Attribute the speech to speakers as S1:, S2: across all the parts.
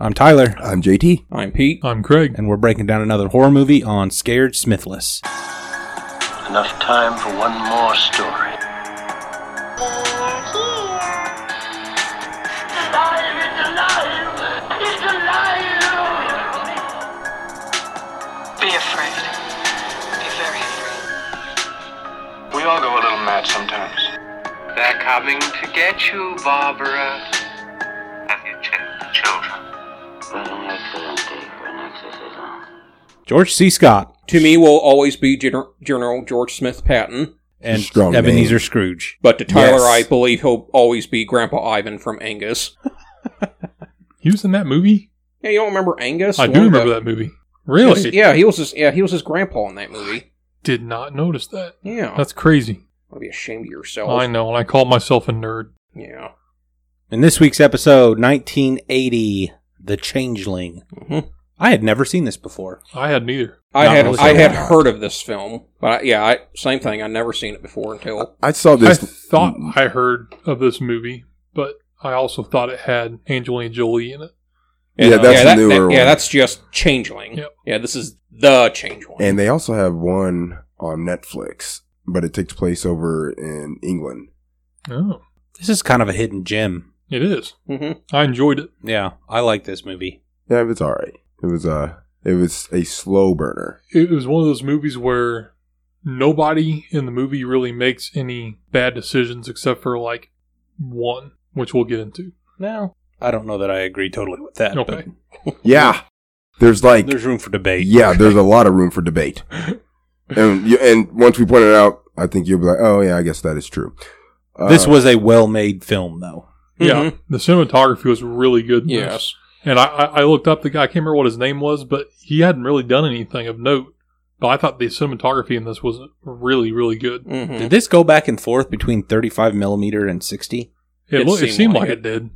S1: I'm Tyler,
S2: I'm JT.
S3: I'm Pete.
S4: I'm Craig.
S1: and we're breaking down another horror movie on Scared Smithless.
S5: Enough time for one more story.
S6: They're
S5: It's
S6: here.
S5: alive! It's alive! It's alive!
S7: Be afraid. Be very afraid.
S8: We all go a little mad sometimes.
S9: They're coming to get you, Barbara. Have you checked the children?
S5: an excellent day for an exorcism.
S1: George C. Scott
S3: To me, will always be Gen- General George Smith Patton,
S1: and
S2: Strong name.
S1: Ebenezer Scrooge.
S3: but to Tyler,
S2: Yes.
S3: I believe he'll always be Grandpa Ivan from Angus.
S4: He was in that movie?
S3: Yeah, you don't remember Angus?
S4: I
S3: The
S4: do
S3: one
S4: remember
S3: that-
S4: that movie.
S3: He
S4: Really?
S3: was- yeah, he was his yeah he was his grandpa in that movie.
S4: Did not notice that.
S3: Yeah,
S4: That's crazy.
S3: I'll be ashamed of yourself.
S4: I know, and I call myself a nerd.
S3: Yeah.
S1: In this week's episode, 1980, The Changeling.
S2: Mm-hmm.
S3: Mhm.
S1: I had never seen this before.
S4: I had neither.
S3: I
S1: Not
S3: had
S1: really
S3: I had
S1: sure.
S3: heard of this film, but I, yeah, I, same thing. I never seen it before until
S2: I saw this.
S4: I thought I heard of this movie, but I also thought it had Angelina Jolie in it.
S2: Yeah,
S3: And, uh,
S2: that's
S3: yeah,
S2: the
S3: that-
S2: newer
S3: that-
S2: one.
S3: Yeah, that's just Changeling.
S4: Yep.
S3: Yeah, this is the Changeling.
S2: and they also have one on Netflix, but it takes place over in England.
S4: Oh,
S1: This is kind of a hidden gem.
S4: it is.
S3: Mhm.
S4: I enjoyed it.
S1: Yeah, I like this movie.
S2: Yeah, it was all right. It was uh it was a slow burner.
S4: It was one of those movies where nobody in the movie really makes any bad decisions except for like one, which we'll get into.
S1: No, I don't know that I agree totally with that.
S4: Okay.
S2: Yeah, there's like
S1: But there's room for debate.
S2: yeah, there's a lot of room for debate. And you, and once we point it out, I think you'll be like, oh yeah, I guess that is true. Uh,
S1: This was a well-made film, though.
S4: Yeah, the cinematography was really good. in this.
S3: Yes.
S4: And I, I I looked up the guy. I can't remember what his name was, but he hadn't really done anything of note. But I thought the cinematography in this was really, really good.
S3: Mhm.
S1: Did this go back and forth between 35 millimeter and 60?
S4: It,
S3: It
S4: looked, it
S3: seemed
S4: seemed
S3: like
S4: like,
S3: it.
S4: it did.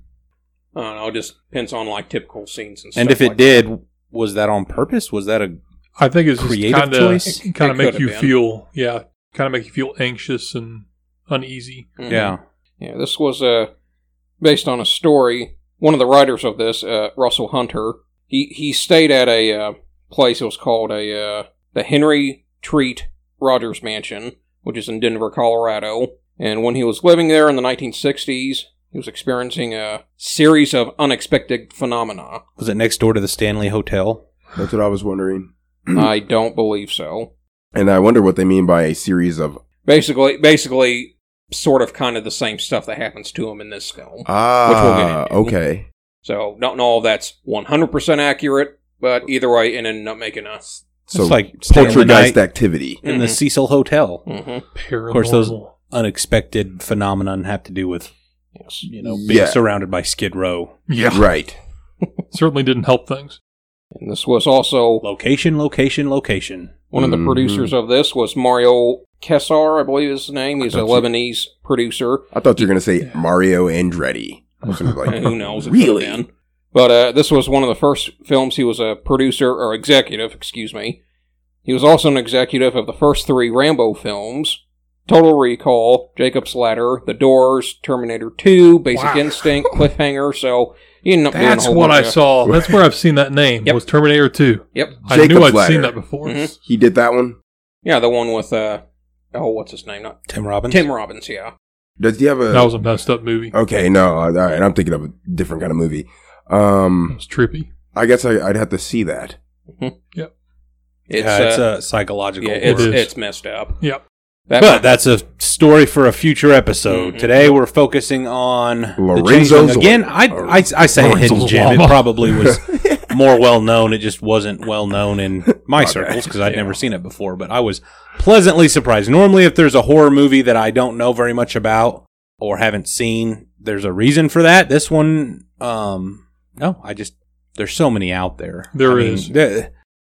S3: I don't know. It just depends on like typical scenes and stuff.
S1: And if it
S3: like
S1: did, was that on purpose? Was that a
S4: I think it's
S1: Creative
S4: kind
S1: choice?
S4: of kind
S3: It
S4: of make
S3: could've
S4: you
S3: been.
S4: feel yeah, kind of make you feel anxious and uneasy.
S3: that. Mhm.
S1: yeah?
S3: Yeah, this was uh, based on a story. One of the writers of this, uh, Russell Hunter, he, he stayed at a uh, place. It was called a uh, the Henry Treat Rogers Mansion, which is in Denver, Colorado. And when he was living there in the 1960s, he was experiencing a series of unexpected phenomena.
S1: Was it next door to the Stanley Hotel?
S2: that's what I was wondering,
S3: I don't believe so.
S2: and I wonder what they mean by a series of
S3: Basically, basically, sort of, kind of the same stuff that happens to him in this film.
S2: ah
S3: into.
S2: okay.
S3: So, don't know if that's 100% accurate, but either way, it ended up making us.
S2: So
S1: it's like Stanley Night
S2: poltergeist activity.
S1: in the Cecil Hotel.
S3: Mm-hmm.
S4: Paranormal.
S1: course, those- Unexpected phenomenon have to do with
S3: Yes.
S1: you know being
S2: Yeah.
S1: surrounded by Skid Row.
S4: yeah,
S2: Right.
S4: certainly didn't help things.
S3: And this was also
S1: Location, location, location.
S3: one of the
S2: Mhm.
S3: producers of this was Mario Kessar, I believe is his name. He's a
S2: Gotcha.
S3: Lebanese producer.
S2: I thought you were gonna say Mario Andretti. I was gonna be
S3: And
S2: like,
S3: Who knows? it
S2: Really?
S3: could've been. But uh, this was one of the first films he was a producer or executive. Excuse me. He was also an executive of the first three Rambo films: Total Recall, Jacob's Ladder, The Doors, Terminator Two, Basic
S4: Wow.
S3: Instinct, Cliffhanger. So he ended up doing a
S4: That's
S3: whole
S4: what I
S3: bunch of-
S4: saw. That's where I've seen that name.
S3: Yep.
S4: Was Terminator Two?
S3: Yep.
S4: I knew
S2: Jacob's
S4: I'd
S2: Ladder.
S4: seen that before.
S3: Mhm.
S1: Mm-hmm.
S2: he did that one.
S3: Yeah, the one with uh, oh, what's his name? Not
S1: Tim Robbins.
S3: Tim Robbins. Yeah.
S2: Does he have a?
S4: That was a messed up movie.
S2: okay, no. All right, I'm thinking of a different kind of movie.
S4: It
S2: Um,
S4: was trippy.
S2: I guess I, I'd have to see that.
S3: It's,
S1: yeah, it's
S3: uh,
S1: a psychological.
S3: yeah, it's,
S1: horror.
S4: horror.
S3: it's messed up.
S4: Yep.
S3: That
S1: but that's a story for a future episode.
S3: Mhm.
S1: Today we're focusing on the
S2: Lorenzo's
S1: Changeling. again. I,
S2: Or-
S1: I I say a hidden
S4: Lorenzo's
S1: gem. It
S4: Llama.
S1: probably was more well known. It just wasn't well known in my circles because I'd
S3: Yeah.
S1: never seen it before. But I was pleasantly surprised. Normally, if there's a horror movie that I don't know very much about or haven't seen, there's a reason for that. This one, um, no, I just there's so many out there.
S4: There
S1: There is.
S4: is.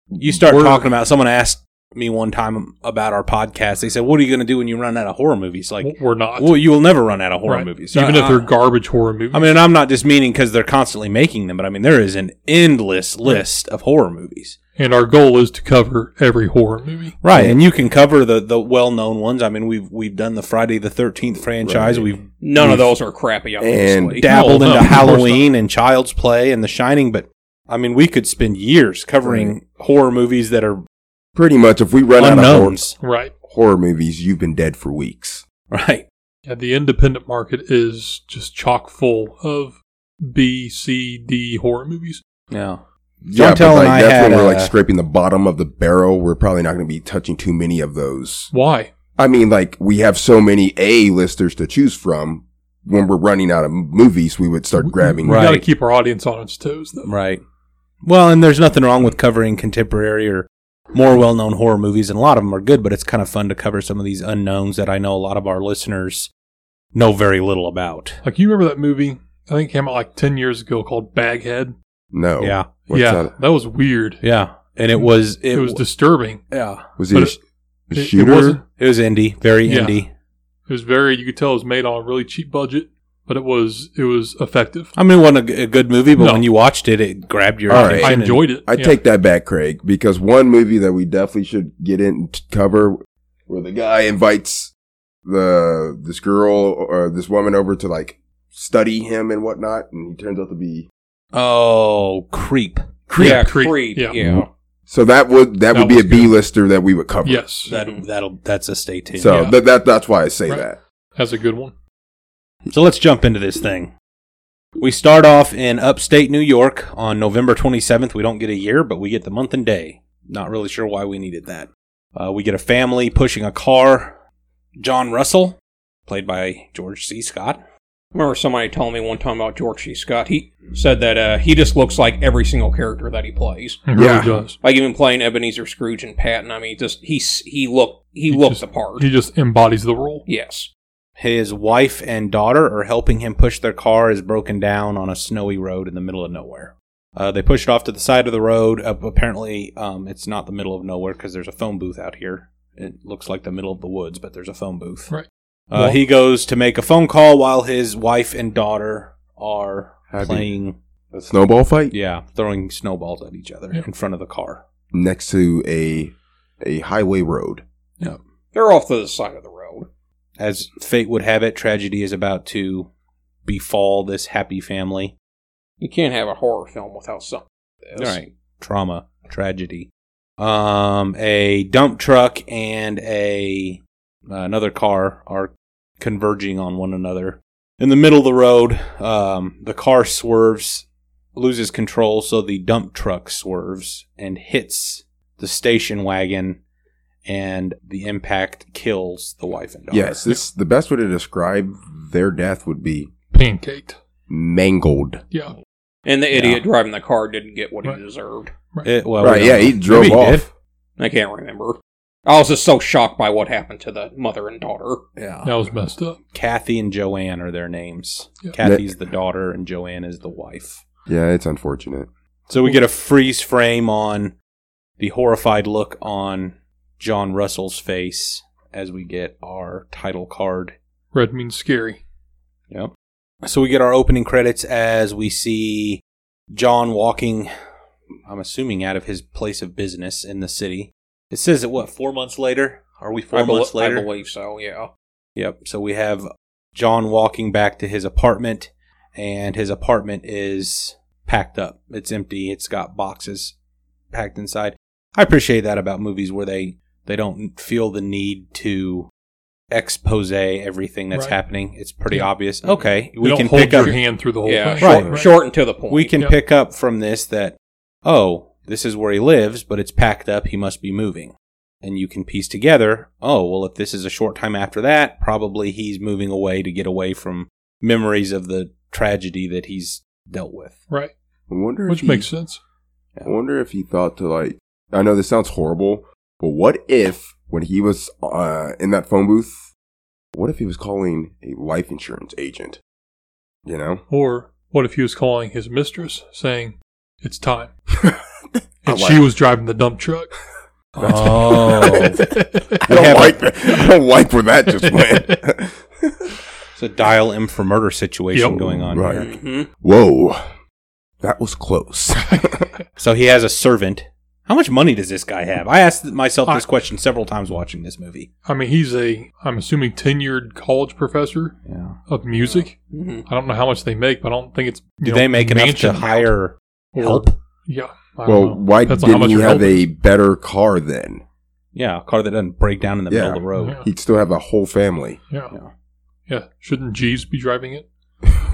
S1: you start
S4: We're-
S1: talking about someone asked me one time about our podcast. They said, "What are you going to do when you run out of horror movies?" Like,
S4: W- We're not.
S1: well, you will never run out of horror
S4: Right.
S1: movies,
S4: Even
S1: I-
S4: if they're garbage horror movies.
S1: I mean, and I'm not just meaning because they're constantly making them, but I mean there is an endless list of horror movies,
S4: and our goal is to cover every horror movie.
S1: right? And you can cover the the well known ones. I mean, we've we've done the Friday the Thirteenth franchise.
S2: Right.
S1: We've
S3: none of those are crappy. Obviously.
S2: And
S1: dabbled
S4: No, no,
S1: into
S4: of course
S1: Halloween and Child's Play and The Shining, but I mean, we could spend years covering horror movies that are
S2: Pretty much, if we run out of horror,
S1: unknowns,
S4: Right.
S2: horror movies, you've been dead for weeks.
S1: right?
S4: Yeah, the independent market is just chock full of B, C, D horror movies.
S1: Yeah.
S2: Yeah, but
S1: Tell and
S2: like
S1: I
S2: that's
S1: had,
S2: when we're
S1: uh,
S2: like scraping the bottom of the barrel. We're probably not going to be touching too many of those.
S4: Why?
S2: I mean, like we have so many A listers to choose from. When we're running out of m- movies, we would start grabbing.
S4: We got to
S1: Right.
S4: keep our audience on its toes, though.
S1: Right. Well, and there's nothing wrong with covering contemporary or more well known horror movies, and a lot of them are good, but it's kind of fun to cover some of these unknowns that I know a lot of our listeners know very little about.
S4: Like you remember that movie? I think it came out like ten years ago called Baghead. Oh.
S2: No,
S1: Yeah.
S2: What's
S4: yeah,
S2: that?
S4: that? was weird.
S1: Yeah. And it was, it,
S4: It, was
S1: was,
S4: disturbing.
S1: yeah.
S2: was
S4: But
S2: it a
S4: it-
S2: sh- a
S4: It, it
S2: shooter?
S4: wasn't.
S1: It was indie, very
S4: Yeah.
S1: indie.
S4: It was very. You could tell it was made on a really cheap budget, but it was it was effective.
S1: I mean, it wasn't a g- a, good movie, but
S4: No.
S1: when you watched it, it grabbed your
S2: All right.
S1: attention.
S4: I
S1: and-
S4: enjoyed it.
S2: I
S4: yeah.
S2: take that back, Craig, because one movie that we definitely should get in and t- cover where the guy invites the this girl or this woman over to like study him and whatnot, and he turns out to be
S1: Oh, creep.
S4: Creep.
S3: Yeah,
S4: Creep.
S3: Creep.
S4: Yeah.
S3: Yeah.
S2: so that would that,
S4: That
S2: would be a
S4: was
S2: B lister that we would cover.
S4: Yes,
S1: That, that'll, that's a stay tuned.
S2: So
S4: Yeah.
S2: that that that's why I say
S4: Right.
S2: that.
S4: that's a good one.
S1: So let's jump into this thing. We start off in upstate New York on November 27th. We don't get a year, but we get the month and day. Not really sure why we needed that. Uh, we get a family pushing a car. John Russell, played by George C. Scott.
S3: remember somebody telling me one time about George C. Scott. He said that uh, he just looks like every single character that he plays.
S4: It really
S2: Yeah.
S4: does.
S3: Like even playing Ebenezer Scrooge and Patton. I mean, just he s- he looked he,
S4: He
S3: looked
S4: just-
S3: the part.
S4: He just embodies the role.
S3: yes.
S1: His wife and daughter are helping him push their car is broken down on a snowy road in the middle of nowhere. Uh, they push it off to the side of the road. Uh, apparently, um, it's not the middle of nowhere because there's a phone booth out here. It looks like the middle of the woods, but there's a phone booth.
S4: Right.
S1: Uh,
S4: Well-
S1: he goes to make a phone call while his wife and daughter are
S2: Happy.
S1: playing,
S2: A snowball fight
S1: yeah, throwing snowballs at each other
S4: Yeah.
S1: in front of the car.
S2: next to a a highway road.
S3: They're off to the side of the road.
S1: As fate would have it, tragedy is about to befall this happy family.
S3: You can't have a horror film without something. like this.
S1: Right. Trauma, tragedy. Um, a dump truck and a uh, another car are converging on one another in the middle of the road. Um, the car swerves, loses control, so the dump truck swerves and hits the station wagon, and the impact kills the wife and daughter.
S2: Yes, this the best way to describe their death would be
S4: Pancaked.
S2: mangled.
S4: Yeah.
S3: And the idiot driving the car didn't get what
S4: Right.
S3: he deserved.
S1: It- well, we
S2: right?
S1: don't
S2: Yeah,
S1: know.
S2: he drove
S1: Maybe
S2: off.
S1: did.
S3: I can't remember. I was just so shocked by what happened to the mother and daughter.
S1: Yeah.
S4: That was messed up.
S1: Kathy and Joanne are their names.
S4: Yeah.
S1: Kathy's the daughter, and Joanne is the wife.
S2: Yeah, it's unfortunate.
S1: So we get a freeze frame on the horrified look on John Russell's face as we get our title card.
S4: Red means scary.
S1: Yep. So we get our opening credits as we see John walking, I'm assuming, out of his place of business in the city. It says that, what, four months later? Are we four
S3: I, bel-
S1: months later?
S3: I believe so, yeah.
S1: Yep. So we have John walking back to his apartment, and his apartment is packed up. It's empty. It's got boxes packed inside. I appreciate that about movies where they they don't feel the need to expose everything that's
S4: Right.
S1: happening. It's pretty
S4: Yeah.
S1: obvious. Okay,
S4: We
S1: we
S4: don't
S1: can
S4: hold
S1: pick
S4: your
S1: up
S4: hand through the whole
S3: yeah,
S4: thing.
S3: short,
S1: Right.
S3: short and to the point.
S1: we can
S4: Yeah.
S1: pick up from this that oh this is where he lives but it's packed up he must be moving and you can piece together oh well if this is a short time after that probably he's moving away to get away from memories of the tragedy that he's dealt with
S4: Right.
S2: I wonder
S4: Which
S2: if
S4: makes
S2: he,
S4: sense.
S2: I wonder if he thought to like. I know this sounds horrible, but what if when he was uh, in that phone booth, what if he was calling a life insurance agent? You know,
S4: Or what if he was calling his mistress saying, It's time?
S2: I
S4: and she
S2: like-
S4: was driving the dump truck.
S1: oh
S2: I don't
S1: have a-
S2: like. I don't like where that just went.
S1: it's a dial m for murder situation
S4: Yep.
S1: going on
S2: Right.
S1: here.
S3: Mhm.
S2: Whoa, that was close.
S1: so he has a servant how much money does this guy have i asked myself this
S4: I-
S1: question several times watching this movie
S4: I mean, he's a, I'm assuming, tenured college professor
S1: yeah
S4: of music.
S3: Mhm.
S4: I don't know how much they make, but I don't think it's. you
S1: do
S4: know,
S1: they make enough to
S4: mansion
S1: hire
S4: or-
S1: help
S4: Yeah. I
S2: Well,
S4: don't know.
S2: why
S4: Depends on how
S2: didn't
S4: much
S2: he
S4: your
S2: have
S4: health
S2: a better car then?
S1: Yeah, a car that doesn't break down in the middle of the
S2: Yeah.
S1: road.
S4: Yeah.
S2: He'd still have a whole family.
S4: Yeah.
S1: Yeah.
S4: yeah. Shouldn't Jeeves be driving it?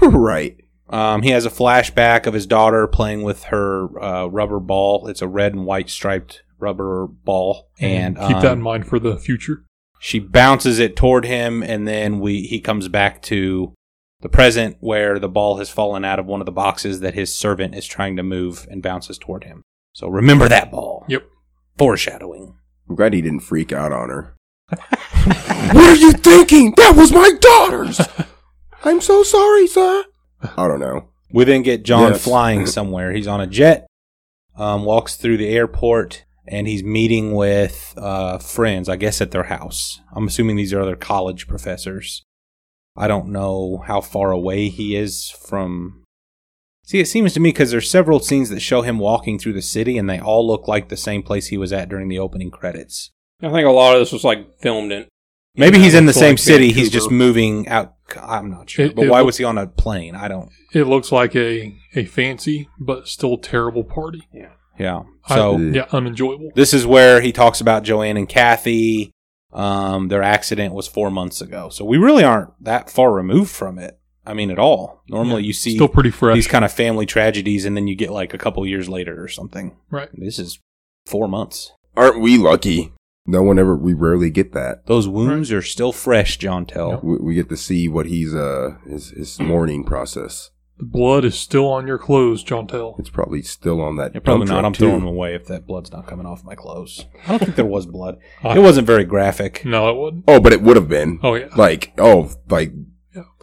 S2: right.
S1: Um, he has a flashback of his daughter playing with her uh, rubber ball. It's a red and white striped rubber ball, and
S4: Mm-hmm. keep that
S1: um,
S4: in mind for the future.
S1: she bounces it toward him, and then we he comes back to the present where the ball has fallen out of one of the boxes that his servant is trying to move and bounces toward him. So remember that ball.
S4: Yep.
S1: Foreshadowing.
S2: I'm glad he didn't freak out on her. what are you thinking? That was my daughter's. I'm so sorry, sir. I don't know.
S1: We then get John
S2: Yes.
S1: flying somewhere. He's on a jet, um, walks through the airport, and he's meeting with uh, friends, I guess, at their house. I'm assuming these are other college professors. I don't know how far away he is from. See, it seems to me because there's several scenes that show him walking through the city, and they all look like the same place he was at during the opening credits.
S3: I think a lot of this was like filmed in.
S1: Maybe he's in the same
S3: Vancouver.
S1: city. He's just moving out. I'm not sure.
S4: It-
S1: but
S4: it
S1: why
S4: look-
S1: was he on a plane? I don't.
S4: It looks like a, a fancy but still terrible party.
S1: Yeah.
S4: I-
S1: So
S4: yeah, unenjoyable.
S1: This is where he talks about Joanne and Kathy. Um, their accident was four months ago, so we really aren't that far removed from it. I mean, at all. Normally, you see
S4: still pretty fresh.
S1: these kind of family tragedies, and then you get like a couple years later or something.
S4: Right.
S1: This is four months.
S2: Aren't we lucky? No one ever. We rarely get that.
S1: Those wounds are still fresh, John Tell.
S2: We, we get to see what he's uh his his mourning process.
S4: the blood is still on your clothes, John Tell.
S2: It's probably still on that.
S1: Yeah, Probably
S2: dump
S1: not.
S2: truck,
S1: I'm
S2: too.
S1: throwing them away if that blood's not coming off my clothes. I don't think there was blood.
S4: I-
S2: Uh,
S1: It wasn't very graphic.
S4: No, it wouldn't.
S2: Oh, but it would have been.
S4: Oh, yeah.
S2: Like oh, like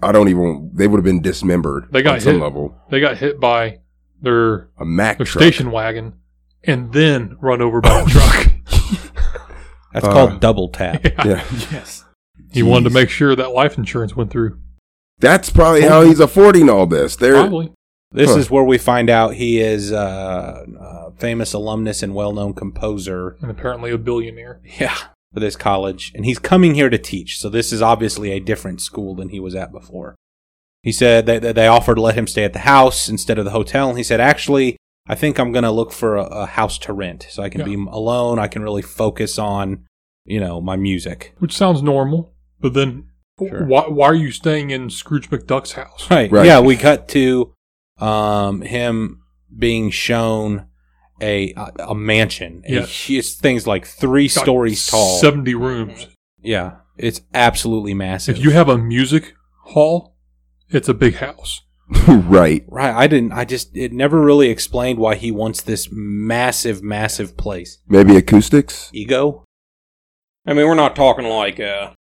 S2: I don't even. They would have been dismembered.
S4: They got
S2: on some
S4: hit.
S2: level.
S4: They got hit by their,
S2: A Mack
S4: their
S2: truck.
S4: station wagon and then run over
S1: Oh,
S4: by a truck.
S1: That's
S2: Uh,
S1: called double tap.
S2: Yeah.
S4: yes. He wanted to
S2: Jeez.
S4: make sure that life insurance went through.
S2: That's probably how he's affording all this. There.
S4: Probably.
S1: This
S2: Huh.
S1: is where we find out he is uh, a famous alumnus and well-known composer.
S4: And apparently a billionaire.
S1: Yeah. For this college. And he's coming here to teach. So this is obviously a different school than he was at before. He said that that they offered to let him stay at the house instead of the hotel. And he said, actually, I think I'm going to look for a, a house to rent so I can
S4: Yeah.
S1: be alone. I can really focus on, you know, my music.
S4: Which sounds normal, but then
S1: Sure.
S4: why, why are you staying in Scrooge McDuck's house?
S1: Right.
S2: Right.
S1: Yeah. We cut to um, him being shown a a, a mansion. A
S4: Yes.
S1: hu- It's things like three
S4: Got
S1: stories tall.
S4: 70 rooms.
S1: yeah. It's absolutely massive.
S4: If you have a music hall, it's a big house.
S2: right.
S1: Right. I didn't. I just. It never really explained why he wants this massive, massive place.
S2: Maybe acoustics.
S1: Ego.
S3: I mean, we're not talking like uh,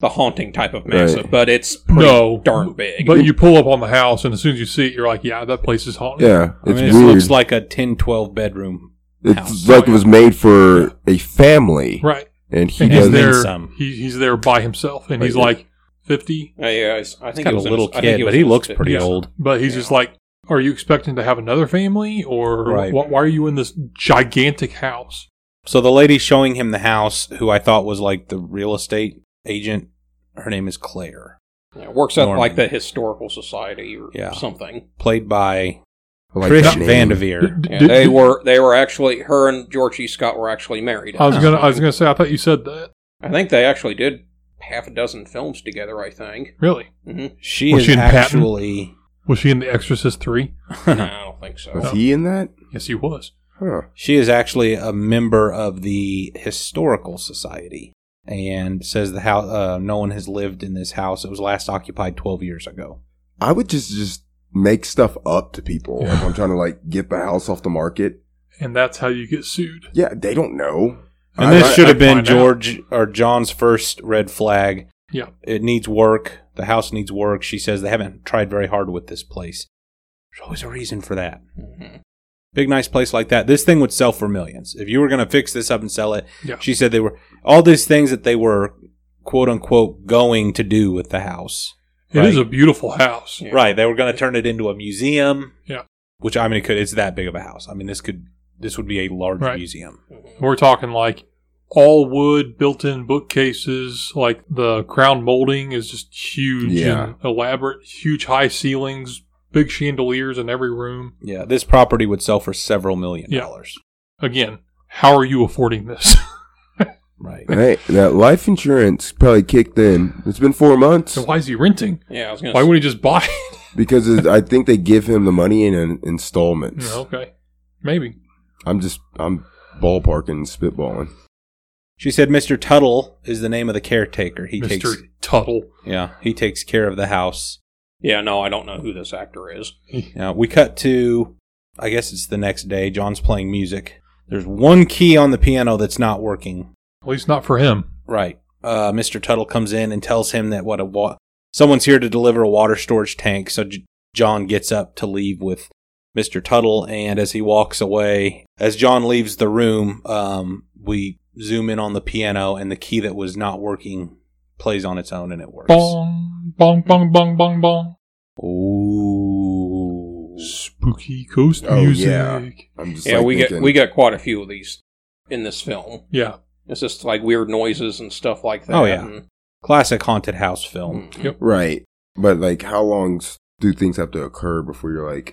S3: the haunting type of massive,
S2: Right.
S3: but it's pretty
S4: No,
S3: darn big.
S4: But you pull up on the house, and as soon as you see it, you're like, yeah, that place is haunted.
S2: Yeah.
S1: I
S2: It's
S1: mean, it
S2: weird.
S1: looks like a 10, 12 bedroom.
S2: it's
S1: house.
S2: like it was made for a family.
S4: Right.
S2: And he
S4: And
S1: does
S4: he's
S1: then
S4: there,
S1: some.
S4: He, he's there by himself, and he's
S2: Right.
S4: like 50,
S3: Uh, yeah, it's- I
S1: He's
S3: think
S1: got
S3: it
S1: a
S3: was in
S1: little
S3: his- I think
S1: kid,
S3: was
S1: but
S3: in
S1: he
S3: his
S1: looks
S3: 50s.
S1: pretty
S4: Yeah.
S1: old.
S4: but he's just like, are you expecting to have another family? Or
S1: Right.
S4: wh- why are you in this gigantic house?
S1: So the lady showing him the house, who I thought was like the real estate agent, her name is Claire,
S3: Yeah, it works at
S1: Norman.
S3: like the historical society or
S1: Yeah.
S3: something.
S1: played by
S2: I like
S1: Chris
S2: that name.
S1: Vanderveer.
S4: D-
S3: Yeah,
S4: d-
S3: they
S4: d-
S3: were they were actually her and George E. Scott were actually married.
S4: I was gonna. I was gonna say. I thought you said that.
S3: I think they actually did half a dozen films together. I think.
S4: Really?
S3: hmm
S1: She
S4: Was
S1: is
S4: she in Patton?
S1: actually.
S4: Was she in The Exorcist Three?
S3: no, I don't think so.
S2: Was he in that?
S4: Yes, he was.
S2: Huh.
S1: She is actually a member of the historical society, and says the house. Uh, no one has lived in this house. It was last occupied twelve years ago.
S2: I would just just make stuff up to people if I'm trying to like get the house off the market.
S4: And that's how you get sued.
S2: Yeah, they don't know.
S1: And
S2: I-
S1: this
S2: I-
S1: should have
S4: I'd
S1: been
S4: find
S1: George or John's first red flag.
S4: Yeah.
S1: It needs work. The house needs work. She says they haven't tried very hard with this place. There's always a reason for that.
S3: Mhm.
S1: Big nice place like that. This thing would sell for millions. If you were going to fix this up and sell it,
S4: Yeah.
S1: she said they were all these things that they were quote unquote going to do with the house.
S4: It is
S1: Right.
S4: a beautiful house.
S3: Yeah.
S1: Right. They were going to turn it into a museum.
S4: Yeah.
S1: Which I mean, it could, it's that big of a house. I mean, this could, this would be a large
S4: Right.
S1: museum.
S4: We're talking like all wood built-in bookcases. Like the crown molding is just huge
S2: Yeah.
S4: and elaborate. Huge high ceilings. big chandeliers in every room.
S1: Yeah, this property would sell for several million
S4: Yeah.
S1: dollars.
S4: Again, how are you affording this?
S1: Right.
S2: Hey, that life insurance probably kicked in. It's been four months
S4: so why is he renting?
S3: Yeah, I was gonna.
S4: Why would he just buy it?
S2: because it- I think they give him the money in, in installments.
S4: Yeah, okay, maybe.
S2: I'm just I'm ballparking, spitballing.
S1: She said Mr. Tuttle is the name of the caretaker. He
S4: Mr.
S1: takes
S4: Tuttle.
S1: yeah, he takes care of the house.
S3: yeah, no, I don't know who this actor is.
S1: Now we cut to, I guess it's the next day. John's playing music. There's one key on the piano that's not working.
S4: At least not for him.
S1: Right. Uh, Mr. Tuttle comes in and tells him that what a wa- someone's here to deliver a water storage tank. So J- John gets up to leave with Mr. Tuttle, and as he walks away, as John leaves the room, um, we zoom in on the piano, and the key that was not working plays on its own, and it works.
S4: Bong, bong, bong, bong, bong, bong.
S1: Ooh.
S4: Spooky ghost
S2: Oh,
S4: music.
S2: yeah. I'm just
S3: yeah,
S2: like
S3: we
S2: thinking,
S3: got we got quite a few of these in this film.
S4: Yeah.
S3: It's just like weird noises and stuff like that.
S1: Oh, yeah.
S3: and-
S1: Classic haunted house film.
S3: Mhm.
S4: Yep.
S2: right, but like how long s- do things have to occur before you're like,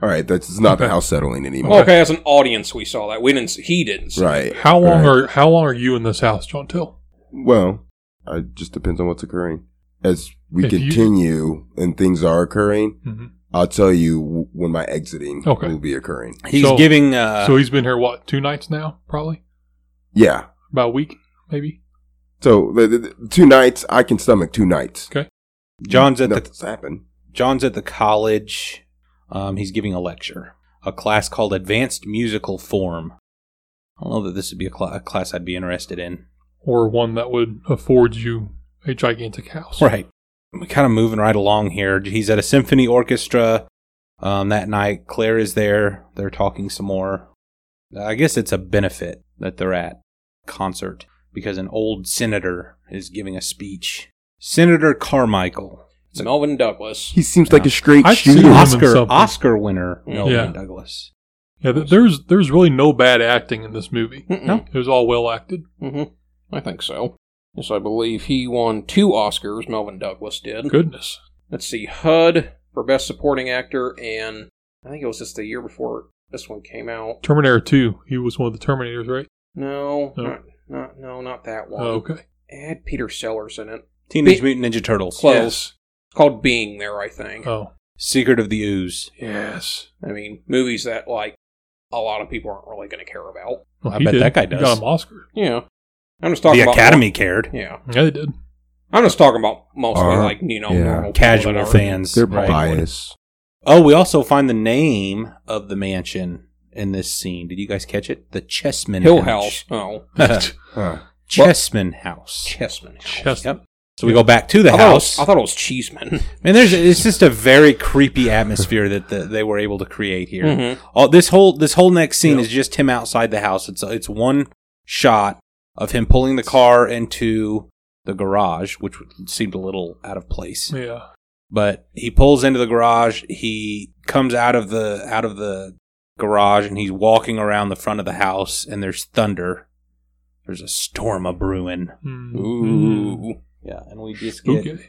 S2: all right, that's it's not the
S4: Okay.
S2: house settling
S3: Okay.
S2: anymore,
S3: as an audience, we saw that. We didn't. see- He didn't. See
S2: right?
S4: Oh, How long
S2: right.
S4: are how long are you in this house, John Till?
S2: Well, it just depends on what's occurring. As we
S4: If you-
S2: continue and things are occurring,
S4: hmm
S2: I'll tell you w- when my exiting
S4: Okay.
S2: will be occurring.
S1: He's
S4: So-
S1: giving. Uh,
S4: so he's been here what two nights now, probably
S2: Yeah.
S4: about a week, maybe.
S2: So the, the- the- two nights, I can stomach two nights.
S1: John's at the
S2: Nothing's happened.
S1: John's at the college. Um, he's giving a lecture, a class called Advanced Musical Form. I don't know that this would be a, cla a class I'd be interested in.
S4: Or one that would afford you a gigantic house.
S1: Right. We're kind of moving right along here. He's at a symphony orchestra um, that night. Claire is there. They're talking some more. I guess it's a benefit that they're at concert because an old senator is giving a speech. Senator Carmichael,
S3: it. Melvin Douglas.
S2: He seems like a straight
S4: I've seen
S2: shooter.
S4: him in
S1: Oscar
S4: something.
S1: Oscar winner, Melvin
S4: Yeah.
S1: Douglas.
S4: Yeah. th- There's there's really no bad acting in this movie.
S3: No.
S4: It was all well acted.
S3: hmm I think so. Yes, I believe he won two Oscars. Melvin Douglas did.
S4: Goodness.
S3: Let's see, HUD for Best Supporting Actor, and I think it was just the year before this one came out.
S4: Terminator Two. He was one of the Terminators, right?
S3: No,
S4: No.
S3: Not, not no, not that one.
S4: Oh, okay.
S3: It had Peter Sellers in it.
S1: Teenage
S3: Be-
S1: Mutant Ninja Turtles.
S3: Close. It's called Being There, I think.
S4: Oh.
S1: Secret of the Ooze.
S4: Yes.
S3: I mean, movies that like a lot of people aren't really going to care about.
S4: Well,
S1: I
S4: he
S1: bet
S4: did.
S1: that guy
S4: He
S1: does.
S4: got him Oscar.
S3: Yeah, I'm just talking
S1: the
S3: about
S1: Academy cared.
S3: yeah,
S4: Yeah, he did.
S3: I'm just talking about mostly
S2: Are-
S3: like you know
S2: yeah.
S3: normal people that
S1: Casual
S3: aren't-
S1: fans.
S2: They're
S1: right.
S2: biased.
S1: Oh, we also find the name of the mansion in this scene. Did you guys catch it? The Chessman
S3: Hill House. Oh,
S1: House.
S2: Huh.
S1: Chessman House.
S3: Chessman. House.
S4: Chest.
S1: Yep. So we go back to the
S3: I thought, it
S1: house.
S3: was, I thought it was Cheeseman.
S1: Man, there's it's just a very creepy atmosphere that the, they were able to create here.
S3: Mhm.
S1: All this whole this whole next scene
S4: Yeah.
S1: is just him outside the house. It's it's one shot of him pulling the car into the garage, which seemed a little out of place.
S4: Yeah.
S1: But he pulls into the garage. He comes out of the out of the garage and he's walking around the front of the house. And there's thunder. There's a storm a brewing.
S4: Mm.
S2: Mm-hmm.
S3: Ooh.
S1: Yeah, and we just get
S4: Spooky.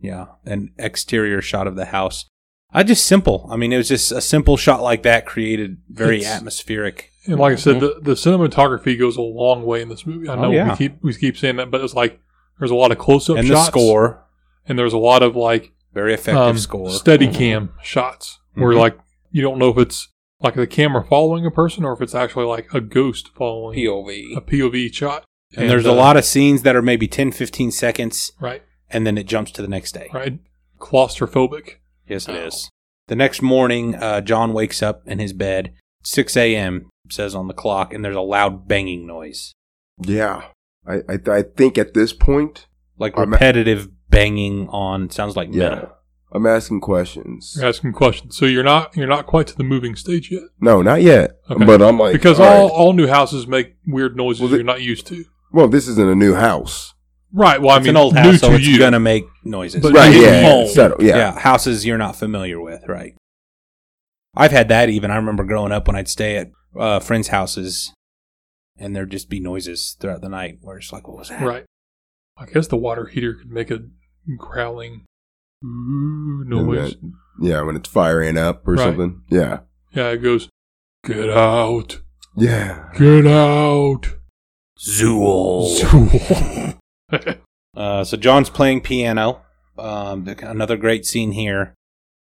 S1: yeah an exterior shot of the house. I just simple. I mean, it was just a simple shot like that created very
S4: It's-
S1: atmospheric.
S4: And like I said, the, the cinematography goes a long way in this movie. I
S1: Oh,
S4: know
S1: yeah.
S4: we keep we keep saying that, but it's like there's a lot of close up
S1: And
S4: shots
S1: the score
S4: and there's a lot of like
S1: very effective
S4: um,
S1: score.
S4: steady cam shots where
S1: Mhm.
S4: like you don't know if it's like the camera following a person or if it's actually like a ghost following
S3: POV.
S4: a POV shot.
S1: and, there's a
S4: uh,
S1: lot of scenes that are maybe 10, 15 seconds,
S4: right,
S1: and then it jumps to the next day.
S4: right, claustrophobic.
S1: Yes, it
S3: Oh.
S1: is. The next morning, uh, John wakes up in his bed, 6 a.m., says on the clock, and there's a loud banging noise.
S2: Yeah. I, I, I think at this point,
S1: Like
S2: I'm-
S1: repetitive banging on, sounds like
S2: yeah,
S1: metal.
S2: I'm asking questions.
S4: You're asking questions, so you're not you're not quite to the moving stage yet
S2: No, not yet.
S4: Okay.
S2: But I'm like,
S4: because all
S2: all right.
S4: all new houses make weird noises
S2: Well, the-
S4: you're not used to.
S2: well, this isn't a new house.
S4: Right. Well, I
S1: it's
S4: mean,
S1: an old
S4: new
S1: house, so
S4: to
S1: it's
S4: you.
S1: going to make noises.
S4: But-
S2: Right.
S4: new
S2: Yeah. yeah,
S4: home.
S2: it's settled,
S1: yeah.
S2: yeah.
S1: houses you're not familiar with, right. I've had that even. I remember growing up when I'd stay at uh, friends' houses, and there'd just be noises throughout the night where it's like, what was that?
S4: Right. I guess the water heater could make a growling ooh, noise.
S2: And that Yeah, when it's firing up or
S4: Right.
S2: something. Yeah.
S4: Yeah, it goes, get out,
S2: Yeah.
S4: get out.
S1: Zool.
S4: Zool.
S1: Uh, so John's playing piano. Um, th- another great scene here,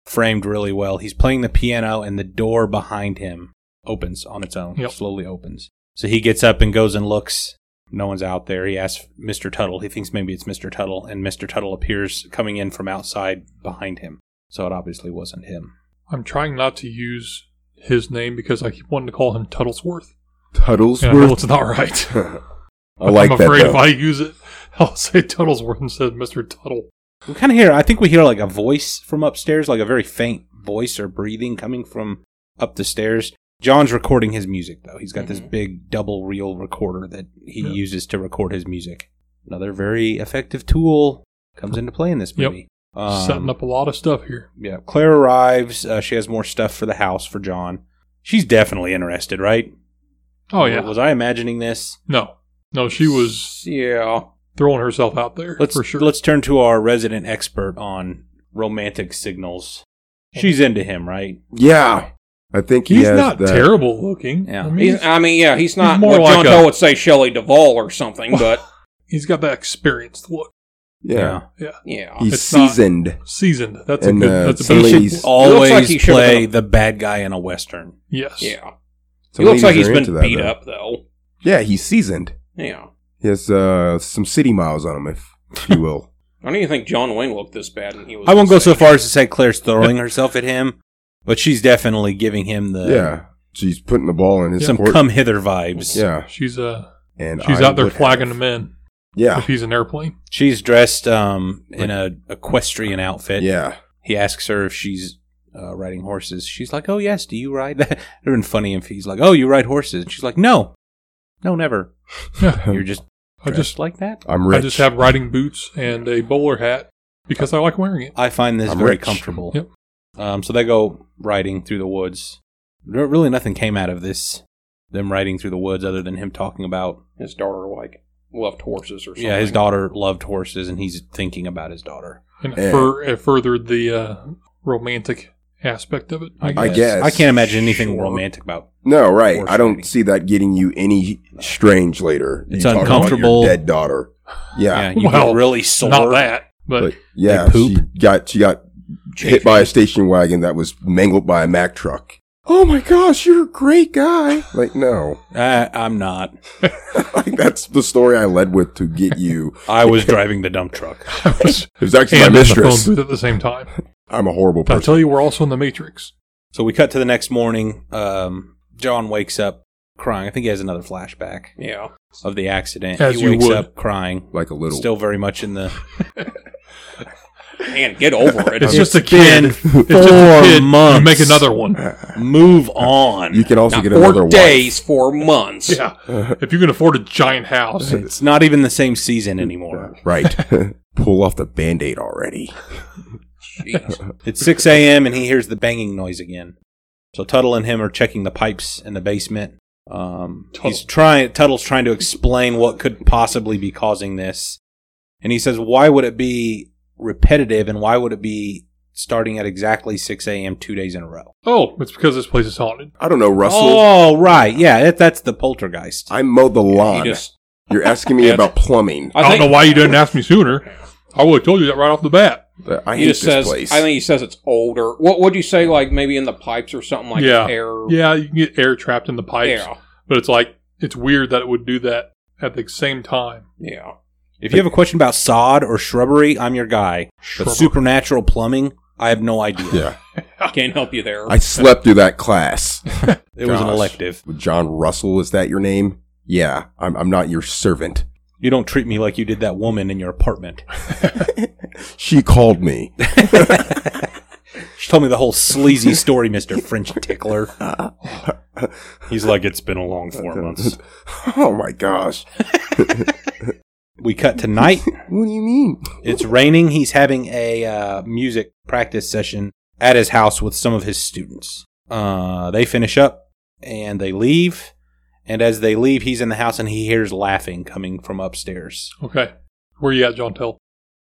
S1: framed really well. He's playing the piano, and the door behind him opens on its own,
S4: Yep.
S1: slowly opens. So he gets up and goes and looks. No one's out there. He asks Mr. Tuttle. He thinks maybe it's Mr. Tuttle, and Mr. Tuttle appears coming in from outside behind him. So it obviously wasn't him.
S4: I'm trying not to use his name because I keep wanting to call him Tuttlesworth.
S2: Tuttlesworth.
S4: And I know it's not right.
S2: I like
S4: I'm
S2: that.
S4: afraid if
S2: Though.
S4: I use it, I'll say Tuttlesworth instead of Mr. Tuttle.
S1: We kind of hear. I think we hear like a voice from upstairs, like a very faint voice or breathing coming from up the stairs. John's recording his music though. He's got this
S4: Mm-hmm.
S3: Mhm.
S1: big double reel recorder that he
S4: Yeah.
S1: uses to record his music. Another very effective tool comes into play in this
S4: Yep.
S1: movie. Um,
S4: Setting up a lot of stuff here.
S1: Yeah, Claire arrives. Uh, she has more stuff for the house for John. She's definitely interested, right?
S4: Oh, yeah.
S1: Was I imagining this?
S4: No. No, she was
S3: Yeah.
S4: throwing herself out there
S1: Let's
S4: for sure.
S1: let's turn to our resident expert on romantic signals.
S4: Oh.
S1: She's into him, right?
S2: Yeah. I think he
S4: He's
S2: has
S4: not
S2: that.
S4: terrible looking.
S1: Yeah.
S4: I mean,
S3: He's,
S4: he's,
S3: I mean, yeah, he's not
S4: he's
S3: what
S4: more like
S3: John
S4: a-
S3: Doe would say Shelley Duvall or something, but
S4: he's got that experienced look.
S2: Yeah.
S3: yeah.
S2: He's
S4: It's not-
S2: seasoned.
S4: Seasoned. That's a
S2: And,
S4: good.
S2: uh,
S4: that's a
S2: some
S4: better.
S2: lady-
S1: He
S2: Please.
S1: should
S3: It
S1: always
S3: looks like he should've
S1: play
S3: been
S1: the bad guy in a western.
S4: yes.
S3: yeah.
S2: Some
S3: he looks like
S2: ladies
S3: he's
S2: are
S3: been
S2: into that,
S3: beat
S2: though.
S3: up, though.
S2: Yeah, he's seasoned.
S3: Yeah.
S2: He has uh, some city miles on him, if, if you will.
S3: I don't even think John Wayne looked this bad when he was.
S1: I won't go
S3: this
S1: so
S3: age.
S1: far as to say Claire's throwing herself at him, but she's definitely giving him the
S2: yeah. She's putting the ball in his
S1: some
S2: court.
S1: come hither vibes.
S2: yeah.
S4: She's uh
S2: And
S4: she's
S2: I
S4: out there
S2: would
S4: flagging
S2: have-
S4: him in
S2: Yeah.
S4: if he's an airplane.
S1: She's dressed um, in a equestrian outfit.
S2: Yeah.
S1: He asks her if she's uh, riding horses. She's like, "Oh yes, do you ride?" that? It would have been funny if he's like, "Oh, you ride horses?" And she's like, "No, no, never. You're just
S4: I
S1: dressed
S4: just
S1: like that."
S2: I'm rich.
S4: I just have riding boots and a bowler hat because I like wearing it.
S1: I find this
S2: I'm
S1: very
S2: rich.
S1: comfortable.
S4: Yep.
S1: Um, so they go riding through the woods. There- Really, nothing came out of this. Them riding through the woods, other than him talking about
S3: His daughter like loved horses or something.
S1: yeah, his daughter loved horses, and he's thinking about his daughter.
S4: And
S2: Yeah.
S4: it fur, it furthered the uh, romantic aspect of it. I guess.
S2: I guess.
S1: I can't imagine anything
S2: Sure.
S1: romantic about.
S2: No, right.
S1: Horse
S2: I don't
S1: riding.
S2: see that getting you any strange later.
S1: It's
S2: You talking about
S1: uncomfortable.
S2: Your dead daughter.
S1: Yeah,
S2: Yeah.
S1: you
S4: Well,
S1: get really sore.
S4: Not that, but
S2: But yeah,
S1: poop.
S2: she got she got hit by a station wagon that was mangled by a Mack truck. Oh my gosh, you're a great guy. Like no,
S1: Uh, I'm not.
S2: like that's the story I led with to get you.
S1: I was driving the dump truck.
S4: I was
S2: It was actually my
S4: and in the phone
S2: mistress.
S4: booth at the same time.
S2: I'm a horrible
S4: But I
S2: person.
S4: tell you, we're also in the Matrix.
S1: So we cut to the next morning. Um, John wakes up crying. I think he has another flashback
S3: Yeah.
S1: of the accident.
S4: As
S1: he
S4: you
S1: wakes
S4: would.
S1: up crying,
S2: Like a little.
S1: still very much in the.
S3: Man, get over it.
S4: It's, just a
S1: been
S4: kid. It's just
S1: four
S4: a kid.
S1: months.
S4: You make another one.
S1: Move on.
S2: you can also
S3: Not
S2: get
S3: four
S2: another
S3: days, four months.
S4: Yeah.
S2: Uh-huh.
S4: If you can afford a giant house,
S1: It's not even the same season anymore.
S2: wife. Right. Pull off the band-aid already.
S3: Jeez.
S1: It's 6 a.m. and he hears the banging noise again. So Tuttle and him are checking the pipes in the basement. Um, he's
S4: Tuttle.
S1: trying. Tuttle's trying to explain what could possibly be causing this, and he says, "Why would it be repetitive, and why would it be starting at exactly 6 a.m. two days in a row?"
S4: oh, it's because this place is haunted.
S2: I don't know, Russell.
S1: Oh, right, yeah, that, that's the poltergeist.
S2: I mowed the
S3: You
S2: lawn.
S3: just,
S2: You're asking me
S3: Yeah.
S2: about plumbing.
S4: I,
S3: I
S4: don't know
S3: think
S4: why you didn't ask me sooner. I would have told you that right off the bat.
S2: I
S3: he
S2: hate this
S3: just says.
S2: place.
S3: I think he says it's older. What would you say? Like maybe in the pipes or something like
S4: Yeah.
S3: air.
S4: Yeah, you can get air trapped in the pipes,
S3: Yeah.
S4: but it's like it's weird that it would do that at the same time.
S3: Yeah.
S1: if you have a question about sod or shrubbery, I'm your guy. But
S4: Shrubbery.
S1: supernatural plumbing, I have no idea.
S2: yeah.
S3: Can't help you there.
S2: I slept through that class.
S1: It was an
S2: Gosh.
S1: elective.
S2: John Russell, is that your name? Yeah, I'm, I'm not your servant.
S1: You don't treat me like you did that woman in your apartment.
S2: she called me.
S1: She told me the whole sleazy story, Mister French Tickler. He's like, it's been a long four months.
S2: Oh my gosh.
S1: We cut to night.
S2: What do you mean?
S1: It's raining. He's having a uh, music practice session at his house with some of his students. Uh, they finish up and they leave. And as they leave, he's in the house and he hears laughing coming from upstairs.
S4: Okay. Where you at, John Tell?